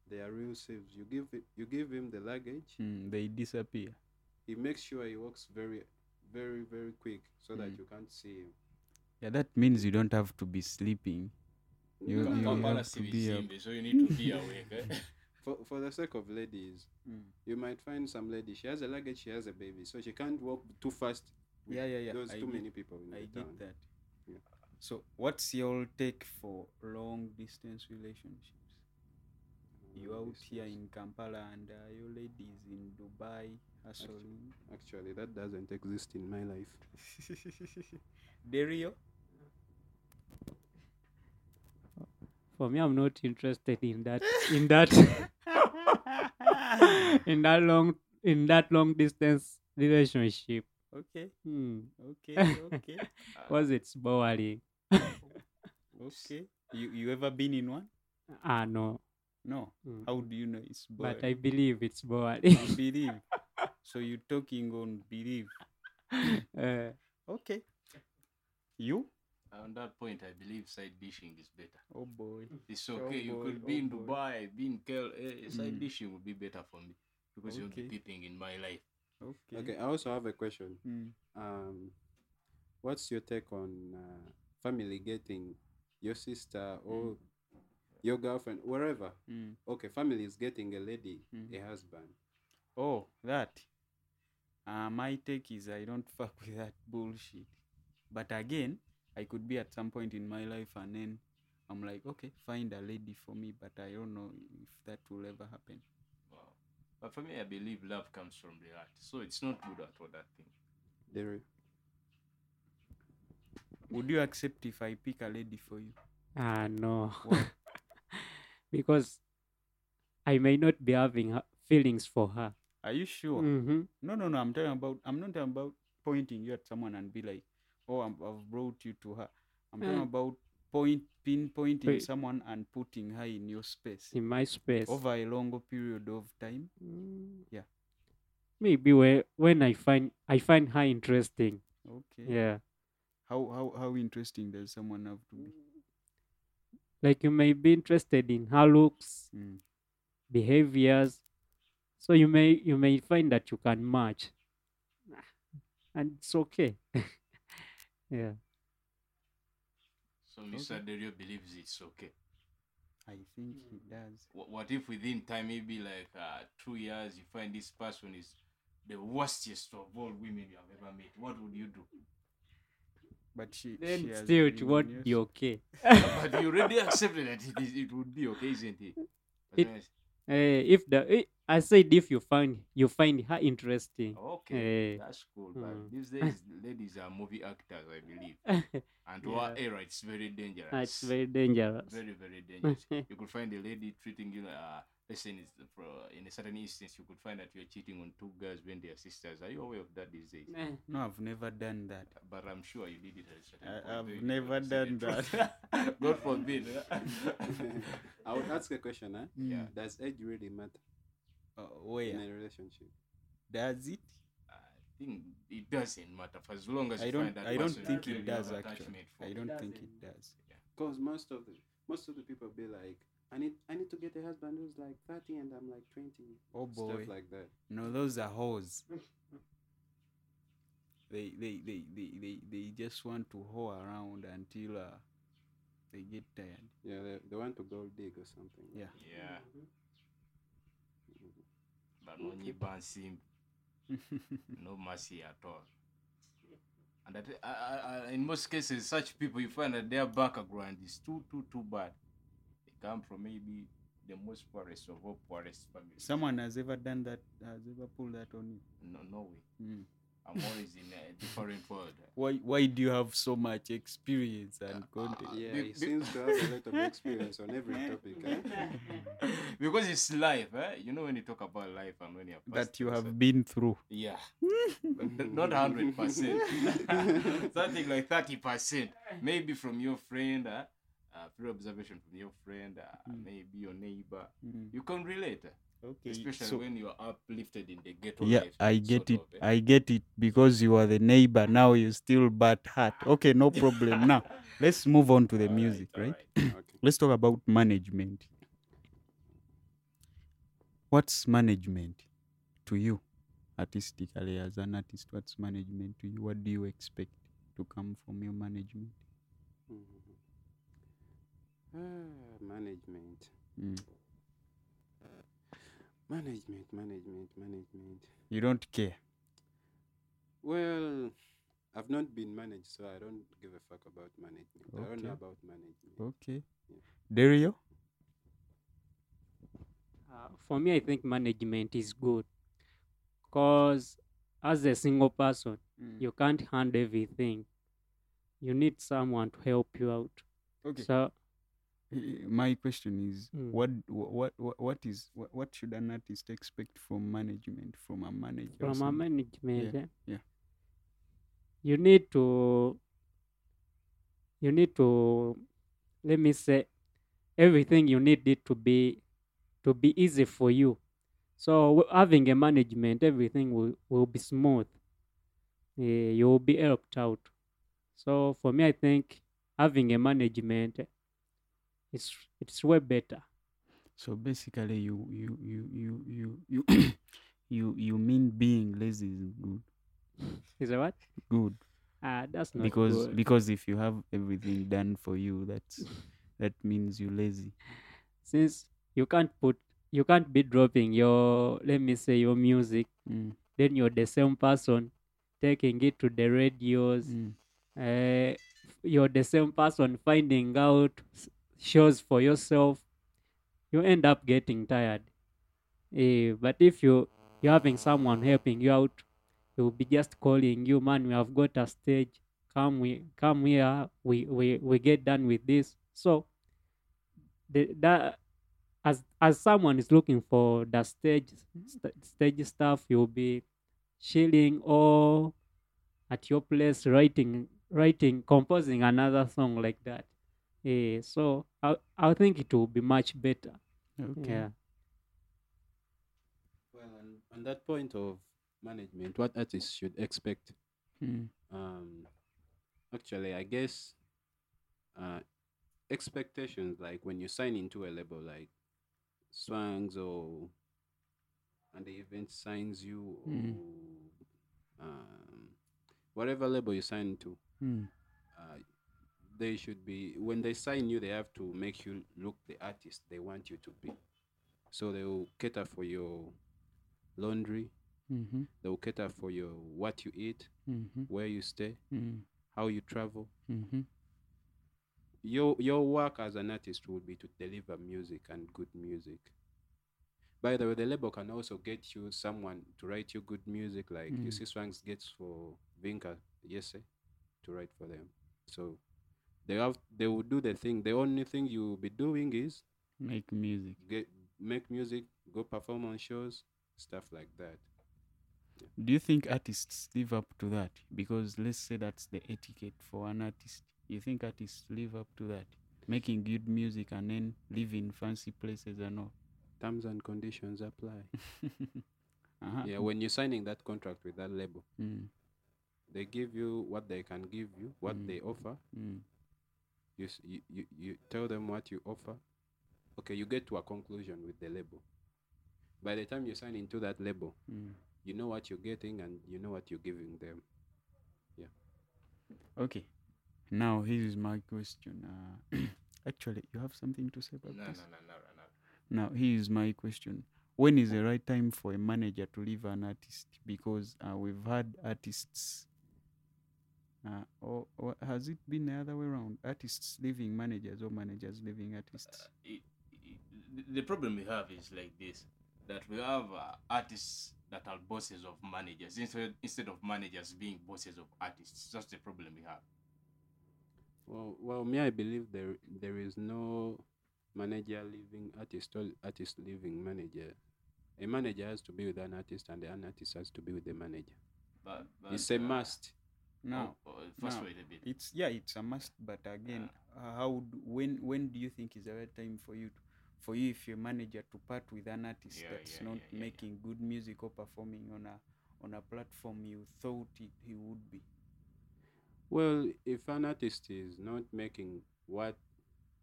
they are real saves. You give it, you give him the luggage,
Mm, they disappear.
he makes sure he walks very, very, very quick so that
Mm.
you can't see him.
Yeah, that means you don't have to be sleeping. You-
No,
Ka-
you-
no,
have
Kampala
to
city
be
is
a-
Zimbe, so you need to be awake. Eh?
For for the sake of ladies, you might find some lady. She has a luggage, she has a baby, so she can't walk too fast. with
Yeah, yeah, yeah,
Those
I
too
get-
many people in the town.
that.
Yeah.
So, what's your take for long distance relationships? You
All
out
these
here
things.
in Kampala and uh, your lady is in Dubai hustling.
Actually, that doesn't exist in my life.
Dario?
For me, I'm not interested in that in that in that long in that long distance relationship.
Okay,
Hmm.
okay, okay,
Was it's boring?
okay. You you ever been in one?
Ah no.
No.
Mm.
How do you know it's Oh, boy?
But I believe it's boring.
You believe. So you talking on believe.
uh,
Okay. You?
On that point, I believe side dishing is better.
Oh boy.
It's
Oh
okay. you
boy,
could
oh
be in
boy.
Dubai, be in KL. Eh, side
Mm.
dishing would be better for me because you'll be
Okay.
peeping in my life.
Okay.
okay, I also have a question.
Mm.
um, what's your take on uh, family getting your sister or
Mm-hmm.
your girlfriend, wherever?
Mm.
Okay, family is getting a lady,
Mm.
Mm-hmm.
a husband.
Oh, that. Uh, my take is I don't fuck with that bullshit. But again, I could be at some point in my life and then I'm like, okay, find a lady for me, but I don't know if that will ever happen.
Wow. But for me, I believe love comes from the heart, so it's not good at all that thing.
There,
Would you accept if I pick a lady for you?
ah no.
Why?
because I may not be having her feelings for her.
Are you sure?
Mm-hmm.
No, no, no. I'm talking about. I'm not talking about pointing you at someone and be like, "Oh, I'm, I've brought you to her." I'm talking
Mm.
about point pinpointing
Wait.
someone and putting her in your space
In my space.
over a longer period of time.
Mm.
Yeah.
Maybe where, when I find I find her interesting.
Okay.
Yeah.
How how how interesting does someone have to be?
Like you may be interested in her looks,
Mm.
behaviors so you may you may find that you can match Ah, and it's okay yeah
So Mr. Derio believes it's okay.
I think he does.
Wh- What if within time, maybe like uh, two years, you find this person is the worstest of all women you have ever met? What would you do?
But she
then
she has
still it
been
won't
used-
be okay
but you already accepted that it, is, it would be okay, isn't it? That's
It-
why I s-
Eh, if the eh, i said if you find you find her interesting Eh.
okay, that's cool. But
Hmm.
Mm.
these days, ladies are movie actors, I believe. And to our era, it's very dangerous.
that's very dangerous
very, very dangerous. you could find a lady treating you like, uh, let's say in, is- for, in a certain instance, you could find that you're cheating on two girls when they are sisters. Are you aware of that these days?
Eh.
No, I've never done that.
But I'm sure you did it at a certain
I-
point,
I've
though you
never
never said
done
it. God forbid.
I would ask a question, eh?
yeah.
Does age really matter
Mm. Uh,
in a
where
relationship?
does it?
I think it doesn't matter for as long as
I
you
don't.
find that
I don't
person
think it
that you have
does actually.
attachment for.
I
It
don't think
doesn't.
it does.
Because most of the most of the people be like, I need I need to get a husband who's like thirty and I'm like twenty.
Oh boy,
Stuff like that.
no, those are hoes. They they, they, they, they they just want to hoe around until uh, they get tired.
Yeah, they, they want to gold dig or something. Mm-hmm.
Yeah.
Yeah. But no Nyiban Sim, no mercy at all. And that, uh, uh, in most cases, such people, you find that their background is too, too, too bad. They come from maybe the most poorest of all poorest families.
Someone has ever done that. Has ever pulled that on you.
No, no way.
Mm.
I'm always in a different world.
Why why do you have so much experience
Uh,
and content?
Yeah,
Be-
he
be-
seems to have a lot of experience on every topic. Eh?
because it's life, eh? You know when you talk about life and when you're
that you have been through.
yeah, Mm-hmm. not hundred percent, something like thirty percent, maybe from your friend, uh, uh, through observation from your friend, uh,
Hmm.
maybe your neighbor, you can relate, eh,
Okay.
Hmm. especially
So
when you are uplifted in the ghetto
yeah,
life.
I get
sort
it.
of, eh.
I get it because you are the neighbor. Now you still bad heart. Okay, no problem. now let's move on to the
Alright,
music, right?
alright.
okay.
Let's talk about management. What's management to you, artistically as an artist? What's management to you? What do you expect to come from your management?
Mhm. Ah, management.
Mm.
Management, management, management.
You don't care.
Well, I've not been managed, so I don't give a fuck about management. I don't
Okay.
know about management.
Okay. Dario.
Uh, for me, I think management is good because as a single person, you can't handle everything. You need someone to help you out.
Okay.
So
Uh, my question is
Mm.
what what what what is what, what should an artist expect from management from a manager or
from a
something?
management,
Yeah,
eh,
yeah.
you need to, you need to, let me say, everything you need it to be, to be easy for you. So w- having a management, everything will, will be smooth. Eh, you will be helped out. So for me, I think having a management, eh, it's it's way better.
so basically you you you you you you you, you mean being lazy is good
Is that what?
good
Ah, that's not
because
good.
because if you have everything done for you that's that means you're lazy
since you can't put you can't be dropping your let me say your music
Mm,
then you're the same person taking it to the radios
mm.
uh, you're the same person finding out s- shows for yourself you end up getting tired Eh, but if you you're having someone helping you out you'll be just calling you man we have got a stage come we come here we we, we get done with this so the, that as as someone is looking for the stage st- stage stuff you'll be chilling or at your place writing writing composing another song like that yeah so i i think it will be much better
okay
yeah
Well, on, on that point of management, what artists should expect?
Mm.
Um, actually, I guess uh, expectations like when you sign into a label, like swangs or and the event signs you or
Mm.
um, whatever label you sign to
Hmm.
Mm.
uh, they should be when they sign you they have to make you look the artist they want you to be so they will cater for your laundry
Mm-hmm.
they will cater for your what you eat
Mm-hmm.
where you stay
Mm-hmm.
how you travel
Mm-hmm.
your your work as an artist would be to deliver music and good music. By the way, the label can also get you someone to write you good music, like you
Mm.
see Swanks gets for Vinka Yese to write for them. So they have they will do the thing. The only thing you will be doing is
Make music.
get make music, go perform on shows, stuff like that.
Do you think artists live up to that? Because let's say that's the etiquette for an artist. You think artists live up to that? Making good music and then live in fancy places and all.
Terms and conditions apply.
uh-huh.
yeah, when you're signing that contract with that label,
Mm,
they give you what they can give you, what
Mm.
they offer,
mm,
you, s- you, you, you tell them what you offer. Okay, you get to a conclusion with the label. By the time you sign into that label,
mm.
you know what you're getting and you know what you're giving them.
Okay. Now here is my question. Uh, actually, you have something to say about
No, no, no,
this?
no, no, no.
Now, here is my question. When is the right time for a manager to leave an artist? Because uh, we've had artists, uh, or, or has it been the other way around? Artists leaving managers or managers leaving artists?
it, it, the- the problem we have is like this that we have uh, artists that are bosses of managers instead, instead of managers being bosses of artists that's the problem we have
Well, well, me, I believe there there is no manager leaving artist or artist leaving manager. A manager has to be with an artist, and an artist has to be with the manager.
but, but
It's a
uh,
must.
Now,
oh, oh, first
no.
wait a bit
it's yeah, it's a must. But again, uh, how d- when when do you think is the right time for you to, for you if you're a manager to part with an artist
Yeah,
that's
yeah,
not
yeah, yeah, yeah.
making good music or performing on a on a platform you thought it, he would be?
Well, if an artist is not making what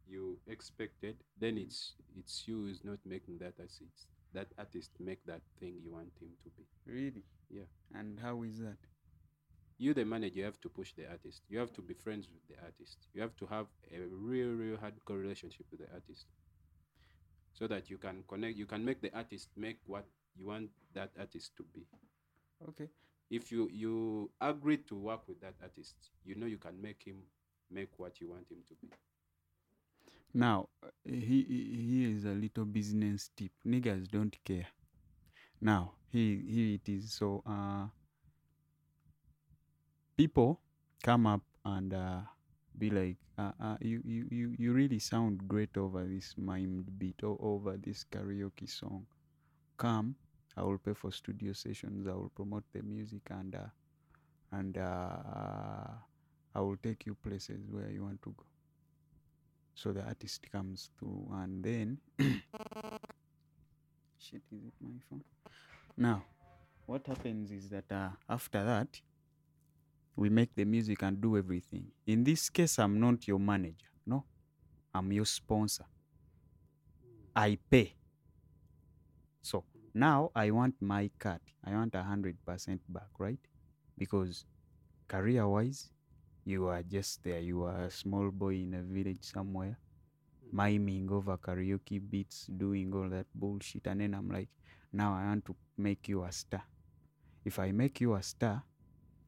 you expected, then it's it's you is not making that artist. That artist make that thing you want him to be.
Really?
Yeah.
And how is that?
You, the manager, you have to push the artist. You have to be friends with the artist. You have to have a real, real hardcore relationship with the artist, so that you can connect. You can make the artist make what you want that artist to be.
Okay.
If you you agree to work with that artist, you know you can make him make what you want him to be.
Now, uh, he, he here is a little business tip. Niggas don't care. Now, here, here it is. So, uh, people come up and uh, be like, uh, uh, you, you, you, you really sound great over this mimed beat or over this karaoke song. Come, I will pay for studio sessions. I will promote the music and uh, and uh, I will take you places where you want to go so the artist comes through and then shit is it my phone now what happens is that uh, after that we make the music and do everything in this case i'm not your manager no i'm your sponsor i pay so now i want my cut i want a hundred percent back right because career wise you are just there you are a small boy in a village somewhere miming over karaoke beats doing all that bullshit and then i'm like now i want to make you a star if i make you a star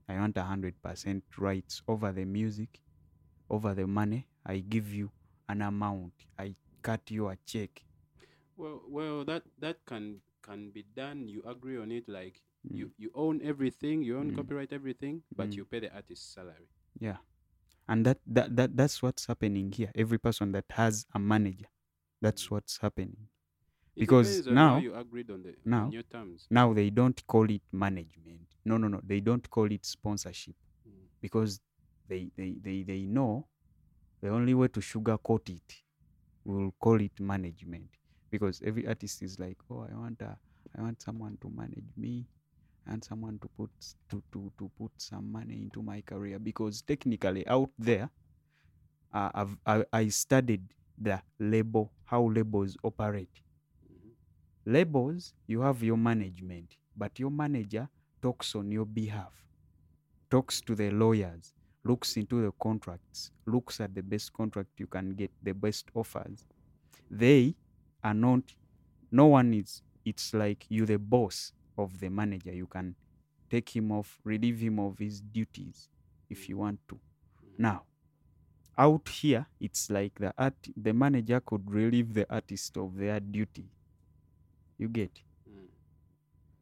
i want 100% rights over the music over the money i give you an amount i cut you a check
Well, well, that that can can be done. You agree on it, like you you own everything, you own
Mm.
copyright everything, but
Mm.
you pay the artist's salary.
Yeah. And that, that, that that's what's happening here. Every person that has a manager, that's what's happening.
It
Because
depends on
now-
how you agreed on the
now-
on your terms.
Now they don't call it management. No, no, no. They don't call it sponsorship
Mm.
because they they, they, they know the only way to sugarcoat it will call it management. Because every artist is like, Oh, I want a, I want someone to manage me. and someone to put s- to, to, to put some money into my career because technically out there uh, I've, I, I studied the label how labels operate
Mhm.
labels you have your management but your manager talks on your behalf talks to the lawyers looks into the contracts looks at the best contract you can get the best offers they are not no one is it's like you the boss of the manager you can take him off relieve him of his duties if you want to
Mm.
now out here it's like the art the manager could relieve the artist of their duty you get
Mm.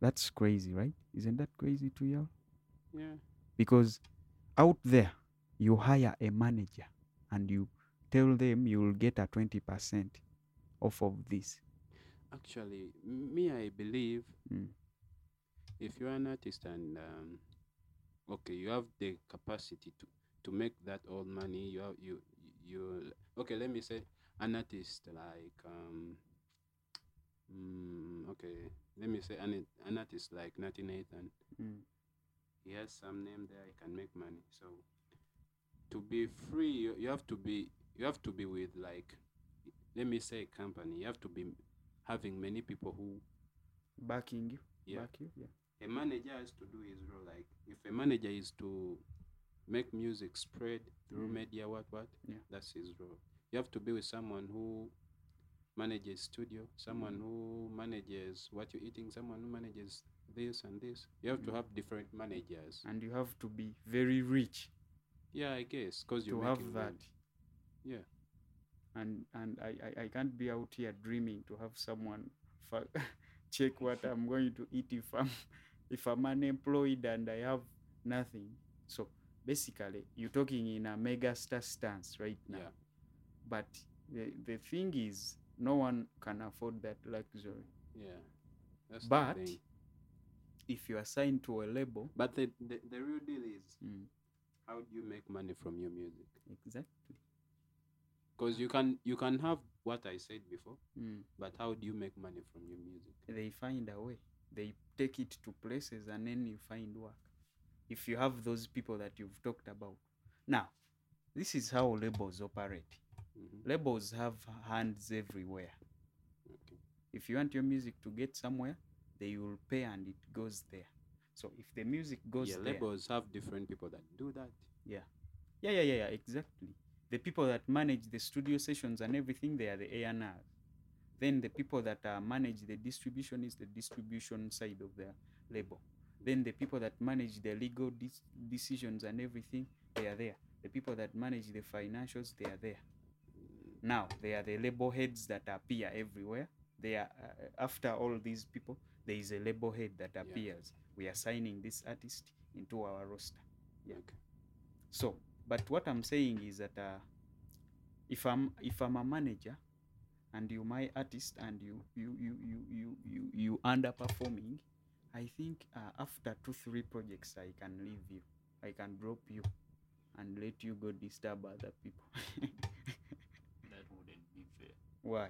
that's crazy right isn't that crazy to you
Yeah.
because out there you hire a manager and you tell them you'll get a 20% off of this
Actually, m- me, I believe
Mm.
if you're an artist and um, okay, you have the capacity to to make that all money. You have you you okay. Let me say an artist like um. Mm, okay, let me say an, an artist like Natty Nathan. He has some name there. He can make money. So to be free, you, you have to be you have to be with like let me say a company. You have to be having many people who
backing you
yeah
back you yeah
a manager has to do his role. Like if a manager is to make music spread through
Mm.
media, what what,
Yeah.
that's his role. You have to be with someone who manages studio, someone
Mm.
who manages what you're eating, someone who manages this and this. You have to
Mm.
have different managers.
and you have to be very rich
Yeah, I guess because you
to have
making
that
money. Yeah.
and and I, I i can't be out here dreaming to have someone fa- check what i'm going to eat if i'm if i'm unemployed and i have nothing so basically you're talking in a mega star stance right now
Yeah.
but the, the thing is no one can afford that luxury
Yeah. That's the
but
thing.
if you are signed to a label
but the, the the real deal is
mm,
how do you make money from your music?
exactly
Because you can you can have what I said before,
mm,
but how do you make money from your music?
they find a way they take it to places and then you find work if you have those people that you've talked about now this is how labels operate
Mhm.
labels have hands everywhere
Okay.
if you want your music to get somewhere they will pay and it goes there so if the music goes
yeah,
there
labels have different people that do that.
Yeah, yeah, yeah, yeah, exactly. The people that manage the studio sessions and everything, they are the A&R. Then the people that uh, manage the distribution is the distribution side of the label. Then the people that manage the legal dis- decisions and everything, they are there. The people that manage the financials, they are there. Now they are the label heads that appear everywhere. They are uh, after all these people, there is a label head that
Yeah.
appears. We are signing this artist into our roster. Yeah.
Okay.
So, but what I'm saying is that uh, if I'm if I'm a manager and you my artist and you you you you you you, you underperforming, I think uh, after two three projects I can leave you, I can drop you, and let you go disturb other people.
That wouldn't be fair.
Why?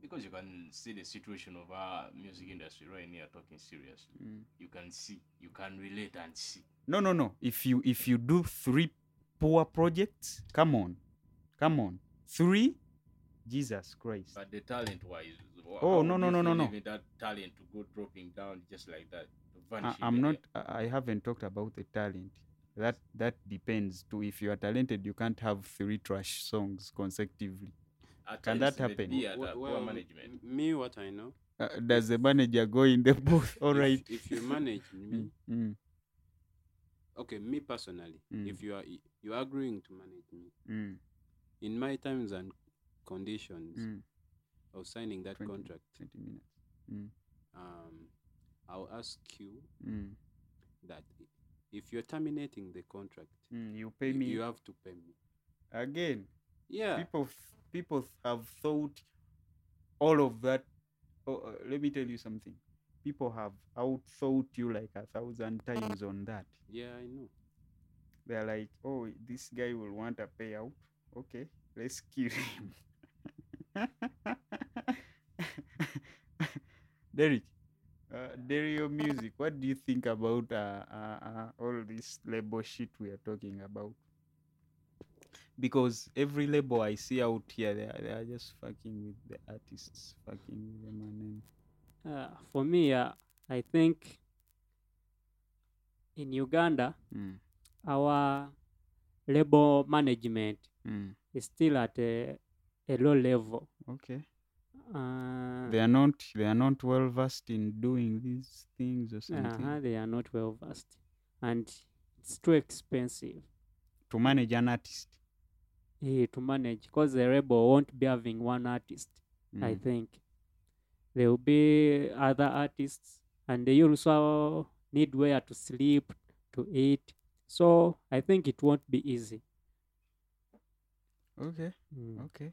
Because you can see the situation of our music industry right now talking seriously.
Mm.
You can see, you can relate and see.
No no no. If you if you do three poor projects, come on, come on, three, Jesus Christ.
But the talent wise, wha-
Oh,
how
no,
do
no,
you
no, no,
feel
no.
leaving that talent to go dropping down just like that. to
I,
vanish in
I'm
the
not.
air?
I I haven't talked about the talent. That that depends too. If you are talented, you can't have three trash songs consecutively.
At
Can
times
that
in the
happen?
D at a
Wh-
poor
well,
management.
m- me, what I know,
Uh, does the manager go in the booth? All
if-
right.
If, you manage me,
Mm, mm,
okay, me personally,
Mm.
if you are you are agreeing to manage me
mm,
in my terms and conditions
mm.
of signing that
20
contract,
Twenty minutes. Mm,
um, I'll ask you
mm,
that i- if you're terminating the contract,
mm. You
y-
pay me
you have to pay me.
again.
Yeah,
People f- people have thought all of that. Oh, uh, let me tell you something. People have outthought you like a thousand times on that.
yeah, I know.
they're like, oh, this guy will want a payout. Okay, let's kill him. Derek, uh, Dario Music, what do you think about uh, uh, uh, all this label shit we are talking about? Because every label I see out here, they are, they are just fucking with the artists, fucking with them, and then
Uh, for me, uh, I think in Uganda,
Mm,
our labor management
mm.
is still at a, a low level.
Okay.
Uh,
They are not they are not well versed in doing these things or something.
uh-huh, they are not well versed, and it's too expensive
To manage an artist.
eh, to manage because the labor won't be having one artist. I
Mm,
think there will be other artists, and they also need where to sleep, to eat. So I think it won't be easy.
Okay.
Mm.
Okay.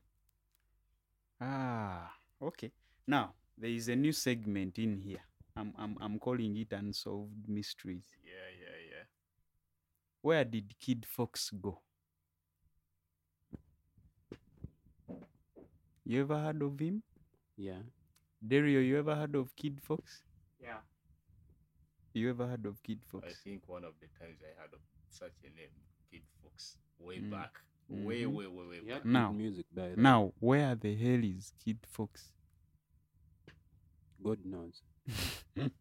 Ah, okay. Now there is a new segment in here. I'm I'm I'm calling it unsolved mysteries.
Yeah, yeah, yeah.
Where did Kid Fox go? You ever heard of him?
Yeah.
Dario, you ever heard of Kid Fox?
Yeah.
You ever heard of Kid Fox?
I think one of the times I heard of such a name, Kid Fox, way
Mm.
back, way,
Mhm.
way, way, way
Yeah.
back.
Now.
Music died.
Now, where the hell is Kid Fox?
God knows.
I,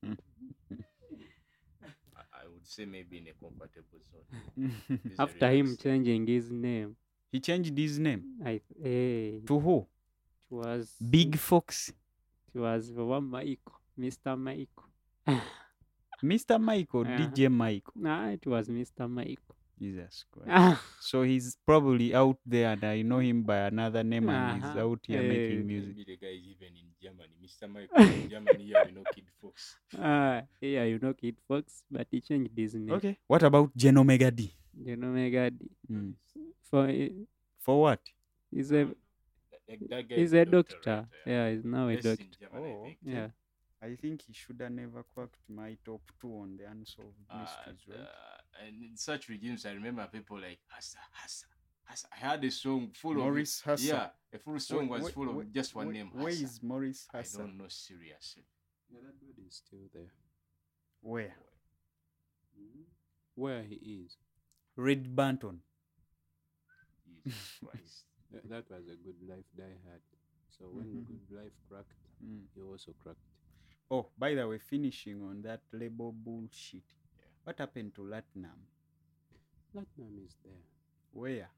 I would say maybe in a comfortable zone. He's a
After him
relaxed-
changing his name,
he changed his name
I eh, it
to who?
was
Big Fox.
It was Baba Maiko, Mr. Maiko.
Mr. Mike or
Uh-huh.
DJ Mike?
Nah, it was Mr. Maiko.
Jesus Christ.
Ah,
So he's probably out there, and I know him by another name, and he's
Uh-huh.
out here
Hey.
making music.
Maybe the guy is even in Germany. Mr. Michael in Germany, yeah, we know Kid Fox.
ah, yeah, you know Kid Fox, but he changed his name.
Okay. What about Jen Omega D?
You know Megadi.
Mm.
For he-
For what?
he's
Ah,
a
That, that, that guy
he's
is
a
doctor,
doctor.
right?
Yeah, he's now a
Based in
doctor.
Germany, I
Oh,
think.
Yeah.
I think he should have never cracked my top two on the unsolved
And,
mysteries, right?
uh, and in such regimes, I remember people like Hassa, Hassa, Hassa. I had a song full
Maurice
of
Hassa.
yeah, a full song was full of just one
where-
name.
Where
Hassa.
is Maurice
I
Hassan?
don't know seriously.
Yeah, that dude is still there.
Where? Mm-hmm.
Where he is.
Red Banton.
Jesus Christ.
Th- that was a good life die hard. So when
Mhm.
good life cracked,
Mm.
he also cracked.
Oh, by the way, finishing on that label bullshit.
Yeah.
What happened to Latinum?
Platinum is there.
Where?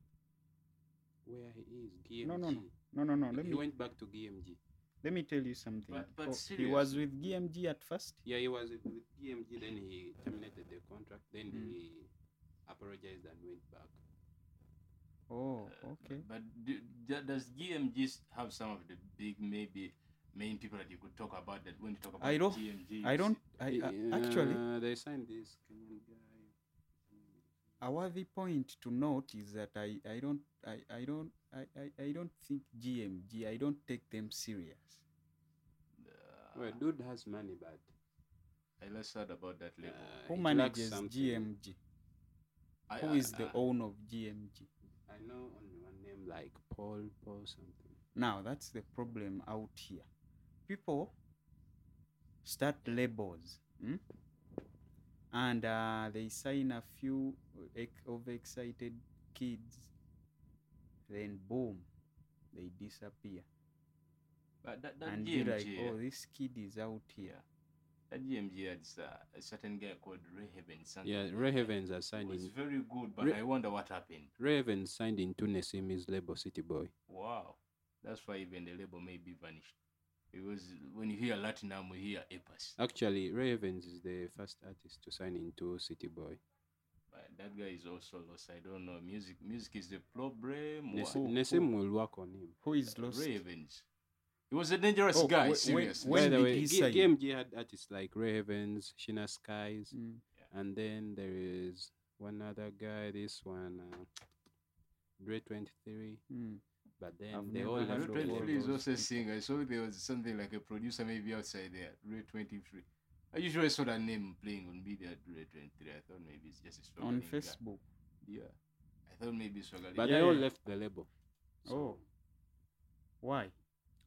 Where he is, GMG.
No, no, No, no, no. Let
he
me
went back to GMG.
let me tell you something. Oh,
But- but
he was
seriously.
with GMG at first.
Yeah, he was with with GMG. Then he terminated the contract. Then
Mm.
he apologized and went back.
Oh,
Uh,
okay.
But do, do- does GMG have some of the big maybe main people that you could talk about that when you talk about
I don't-
GMG?
I
you
don't.
see-
I uh, actually.
Uh, they signed this Kenyan guy.
uh,
A worthy point to note is that I, I don't I, I don't I, I, I don't think GMG I don't take them serious.
Uh,
Ah.
Well, dude has money, but
I less heard about that label.
Uh,
Who
it lacks
manages
something.
GMG?
I-
Who
I- uh,
is the
I-
owner of GMG?
I know only one name like Paul, Paul something.
Now that's the problem out here. People start labels, mm? and uh, they sign a few ex- overexcited kids. Then boom, they disappear,
But that, that
and
GMG,
be like,
yeah,
"Oh, this kid is out here."
Yeah. that GMG had uh, a certain guy called Rehaven. something
Yeah,
like that.
Ray Havens are
He
signing.
was very good, but
Re-
I wonder what happened.
Ray Havens signed into Nesimi's label City Boy.
Wow, that's why even the label may be vanished. Because when you hear Latinum, we hear Epas.
Uh,
Actually, Ray Havens is the first artist to sign into City Boy.
But that guy is also lost. I don't know. Music, music is the problem.
Nes-
Wha-
Who-
Nesim will work on him.
Who is lost?
Ravens. He was a dangerous
Oh,
guy.
wh- when-
seriously.
When
By the
did
way,
he
G-
sign?
GMG had artists like Ray Havens, Sheena Skies,
Mm.
and then there is one other guy. This one, uh, Dre Twenty Three.
Mm.
But then
I've
they
never
all
heard
have
of
to
Dre
go.
all
23 is
those
also a singer. I saw there was something like a producer maybe outside there. Ray 23. I usually saw that name playing on media at Ray 23. I thought maybe it's just a Swaga
On
name guy.
Facebook.
Yeah. I thought maybe Swaga.
But
Yeah,
they all
yeah.
left the label.
Oh, why?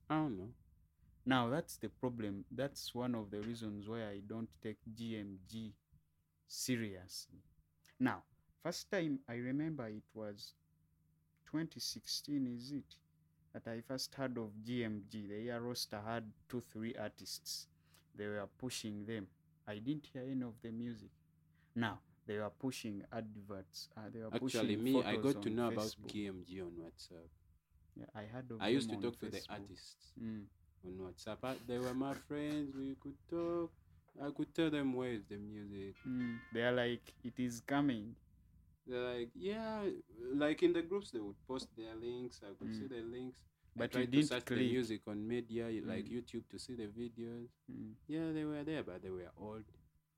I don't know.
Now that's the problem. That's one of the reasons why I don't take GMG seriously. Now, first time I remember it was 2016, is it? That I first heard of GMG. The year roster had two, three artists. they were pushing them. I didn't hear any of the music. Now they were pushing adverts. Uh, they were
Actually,
pushing
me, I
photos
got to
on
know about
Facebook.
KMG on WhatsApp.
Yeah, I heard of
I used to
them on
talk to the
Facebook.
artists
Mm.
on WhatsApp. Uh, They were my friends. We could talk. I could tell them where is the music.
Mm. They are like, it is coming.
They're like, yeah, like in the groups, they would post their links. I could see
Mm.
the links. I
But you
tried to
didn't
search the
click.
music on media, y- like
Mm.
YouTube, to see the videos.
Mm,
Yeah, they were there, but they were old.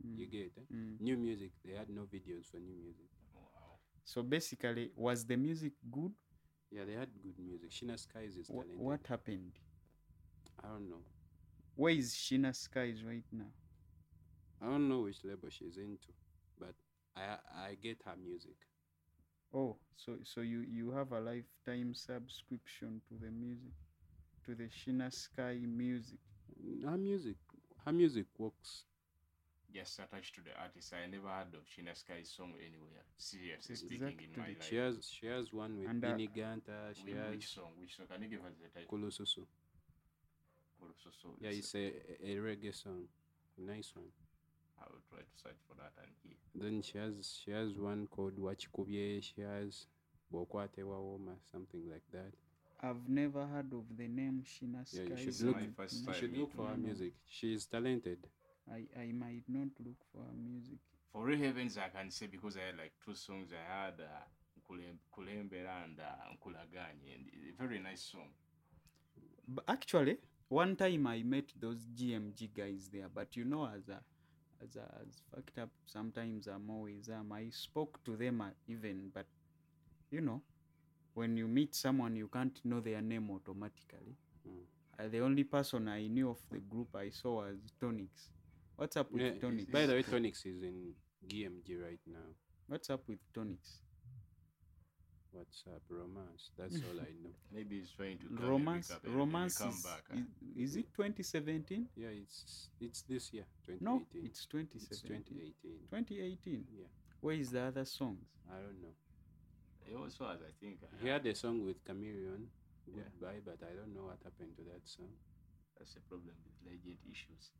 You
mm,
get eh?
mm.
new music. They had no videos for new music.
Wow.
So basically, was the music good?
Yeah, they had good music. Sheena Skies is
Wha-
talented.
what happened?
I don't know.
Where is Sheena Skies right now?
I don't know which label she's into, but I I get her music.
Oh, so so you you have a lifetime subscription to the music, to the Sheena Sky music.
Mm, Her music, her music works.
Just attached to the artist. I never heard of Sheena Sky's song anywhere. Seriously speaking,
Exactly.
in my
She
life.
has she has one with
And, uh,
Benny Ganta. She
Which, which
has
song? Which song? Can you give us the title?
Kulususu.
Also, so
Yeah, it's a, a reggae song, nice one.
I will try to search for that and hear.
Then she has she has one called Wachikubye. She has Bokwate Wawoma, something like that.
I've never heard of the name Sheena Sky. Mm.
Yeah, you should
It's
look.
my first
You
time
should look
it
for her
will.
music. She is talented.
I I might not look for her music.
For Real Heavens, I can say because I had like two songs. I had uh, Nkule- Nkulembera and uh, Nkulaganye, and a very nice song.
But actually, one time I met those GMG guys there, but you know, as a as a, as fucked up sometimes I'm always am. I spoke to them uh, even, but you know, when you meet someone, you can't know their name automatically.
Mm.
Uh, the only person I knew of the group I saw was Tonix. What's up with
Yeah,
Tonix?
by the way, Tonix is in GMG right now.
What's up with Tonix?
What's up, romance? That's all I know.
Maybe he's trying to come
Romance,
and recap and- and
romance
come
is,
back.
is, is it 2017?
Yeah, it's it's this year, 2018.
No, it's
It's
2017.
2018.
2018.
Yeah,
Where is the other songs?
I don't know.
He also has, I think, uh,
He had a song with Chameleon,
Yeah.
Goodbye, but I don't know what happened to that song.
that's a problem with legend issues.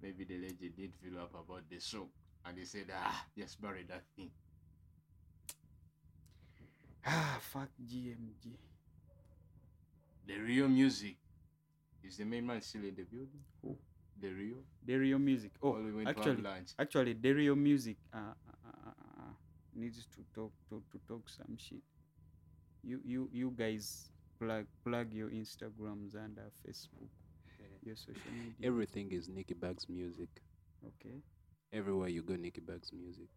Maybe the legend did feel up about the song and he said, ah, just bury that thing.
Ah, fuck GMG.
The real music. Is the main man still in the building?
Who?
The real?
Dario Music. Oh,
Well, we went to have
actually,
lunch.
actually, Dario Music uh, uh, uh, uh, uh, needs to talk to, to talk some shit. You you you guys plug plug your Instagrams and uh, Facebook,
Eh.
your social media.
Everything is Nicky Bugs music.
Okay.
Everywhere you go, Nicky Bugs music.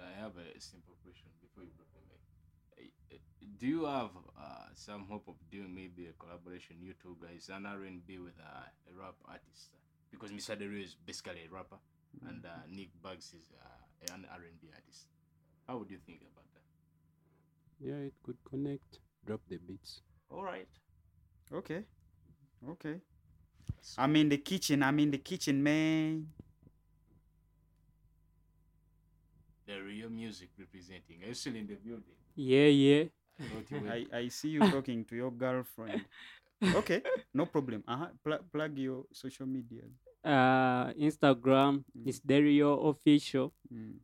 I have a simple question before you break me. Uh, uh, Do you have uh, some hope of doing maybe a collaboration, you two guys, an R&B with uh, a rap artist? Because Mr. Derio is basically a rapper, and uh, Nick Bugs is uh, an R&B artist. How would you think about that?
Yeah, it could connect. Drop the beats.
All right.
Mm. Okay. Okay.
So-
I'm in the kitchen. I'm in the kitchen, man.
The real music representing. Are you still in the building?
Yeah, yeah.
I thought you were-
I, I see you talking to your girlfriend. Okay, no problem. Uh-huh. Pl- plug your social media.
Uh, Instagram
Mm.
is Dario Official.
Mm,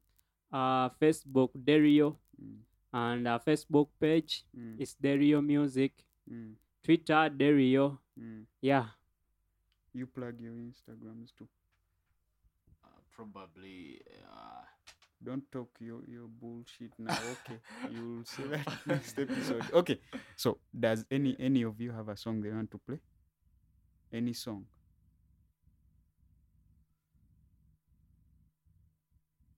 Uh, Facebook Dario,
mm,
and our Facebook page
mm,
is Dario Music.
mm,
Twitter Dario.
mm.
Yeah.
You plug your Instagrams too.
uh, probably. Uh,
Don't talk your, your bullshit now. Okay, you'll see that next episode. Okay, so does any any of you have a song they want to play? Any song?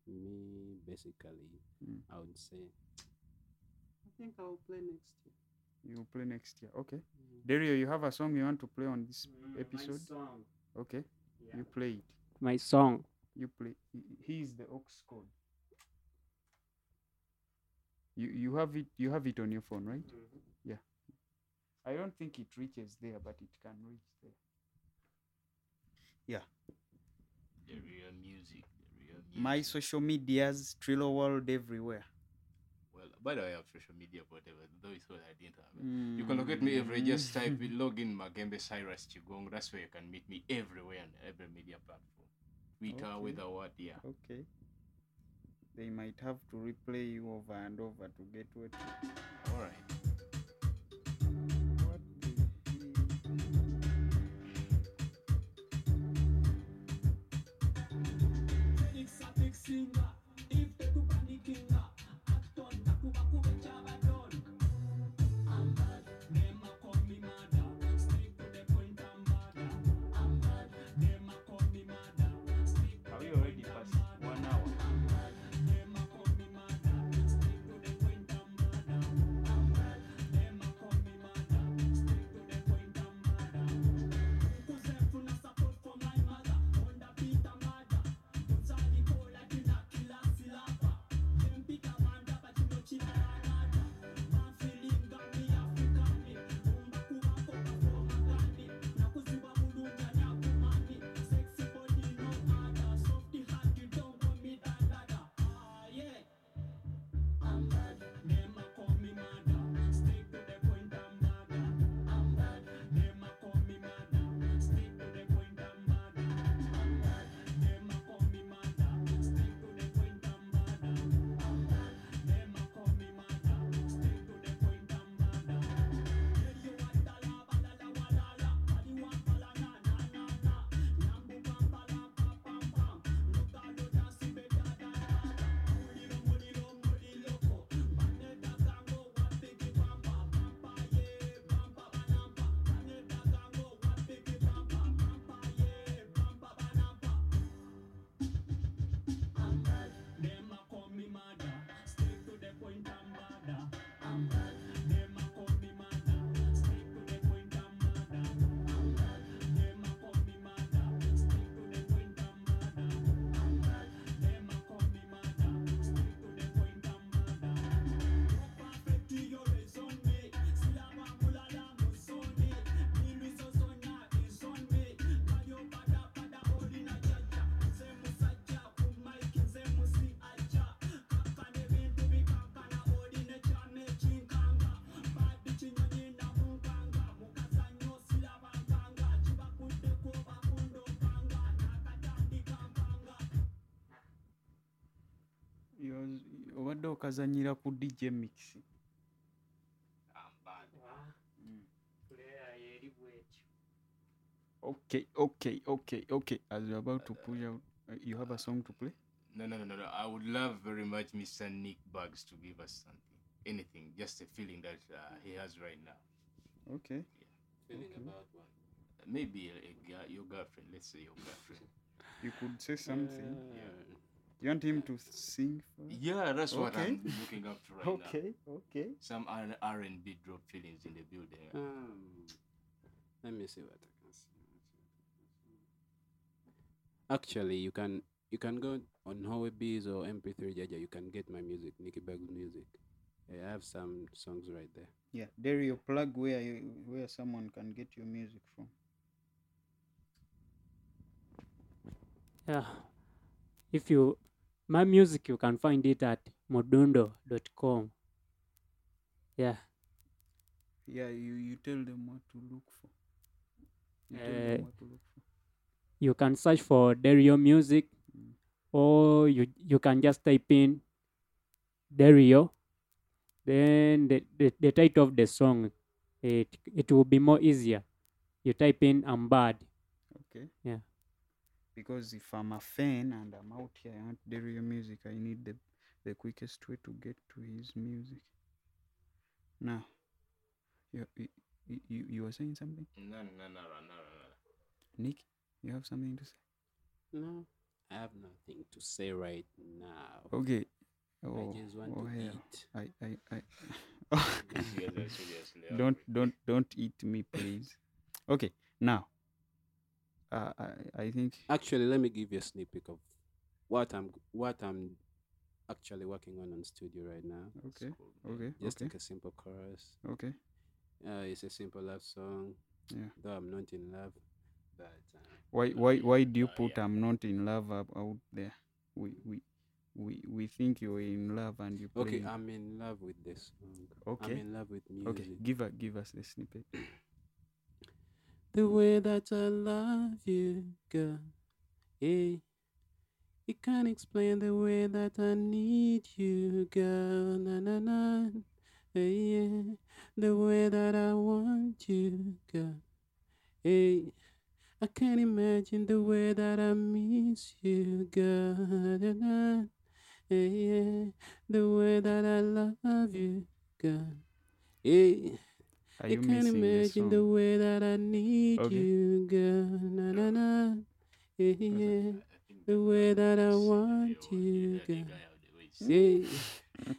Me, basically,
Mm.
I would say. I think I'll play next year.
You'll play next year. Okay, Dario, you have a song you want to play on this Mm. episode?
song.
Okay, you play it.
My song.
you play he- he is the ox code you you have it you have it on your phone right yeah i don't think it reaches there but it can reach there
the real music. The real music.
my social medias trillo world everywhere
Well, By the way, I have social media, whatever. Though it's what I didn't have. it.
Hmm.
You can locate me everywhere. Just type in log in Magembe Cyrus Chigong. That's where you can meet me everywhere on every media platform. Twitter,
Okay.
whether what, yeah.
Okay. They might have to replay you over and over to get what.
All right.
what they did. Have you already passed one hour? Yoz- obadde okazanyira ku dj mix
I'm bad.
Mm. okay okay okay okay as you're about to push out uh, you have a song to play
No, no, no, no, no. I would love very much Mr. Nick Bugs to give us something. Anything. Just a feeling that uh, he has right now.
okay
Feeling about one. Maybe a, a girl, your girlfriend. Let's say your girlfriend.
you could say something
Uh,
yeah.
you want him to sing for us?
Yeah, that's what
Okay.
I'm looking up to right now.
okay okay
Some R- R&B drop feelings in the building.
Um, let me see what I can see. Actually, you can you can go on Howebees or MP3 Jaja. You can get my music, Nicky Bag's music. I have some songs right there.
yeah there you plug where you, where someone can get your music from
Yeah. If you my music you can find it at modundo.com. Yeah.
yeah you you tell them what to look for you tell
Eh,
them what to look for
You can search for Dario music or you you can just type in Dario. Then the, the, the title of the song it it will be more easier. You type in I'm bad.
Okay.
Yeah.
Because if I'm a fan and I'm out here, I want the real music. I need the the quickest way to get to his music. Now, you you you, you were saying something,
No, no, no, no, no, no.
Nick? You have something to say?
No, I have nothing to say right now.
Okay.
I just want
oh,
to
hell.
eat.
I I I.
Yes, yes, yes, yes, yes.
don't don't don't eat me, please. Okay. Now. Uh, I I think
Actually, let me give you a sneak peek of what I'm what I'm actually working on on studio right now.
okay
Cool.
okay
Just
okay
like a simple chorus.
okay
Uh, it's a simple love song.
yeah.
Though I'm not in love, but. Uh, Ah,
why why why do you put i'm not in love up out there we we
we we think you're in love and you play
Okay,
it.
I'm in love with this song. I'm
okay
in love with music.
okay give a, give us the snippet
The way that I love you, girl, yeah. You can't explain the way that I need you, girl, na na na, eh, yeah. The way that I want you, girl, hey. I can't imagine the way that I miss you, girl, na na na, eh, yeah. The way that I love you, girl, hey.
are
I
you missing the
imagine the
song
way that I need
Okay.
you, girl. Na na na. Yeah, yeah. The way that I want you, girl. Yeah.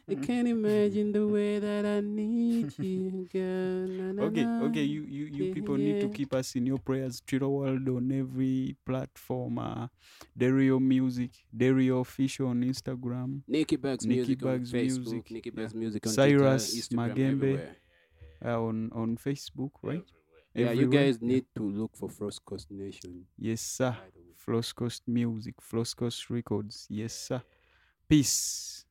I can't imagine the way that I need you, girl. Na na
okay
na.
okay you you, you people need to
Yeah.
keep us in your prayers Chiro world on every platform uh Dario music Dario official on Instagram
Nikki Bugs
Nikki
music
Bugs
on Facebook.
Music,
Nikki
yeah.
Bugs music on
Cyrus
Twitter, Instagram,
Magembe,
everywhere.
uh, on on Facebook right
Yeah, you
Everywhere. Ah.
guys need to look for Frost Coast Nation.
yes sir
by the way.
Floss Coast Music Floss Coast Records yes sir peace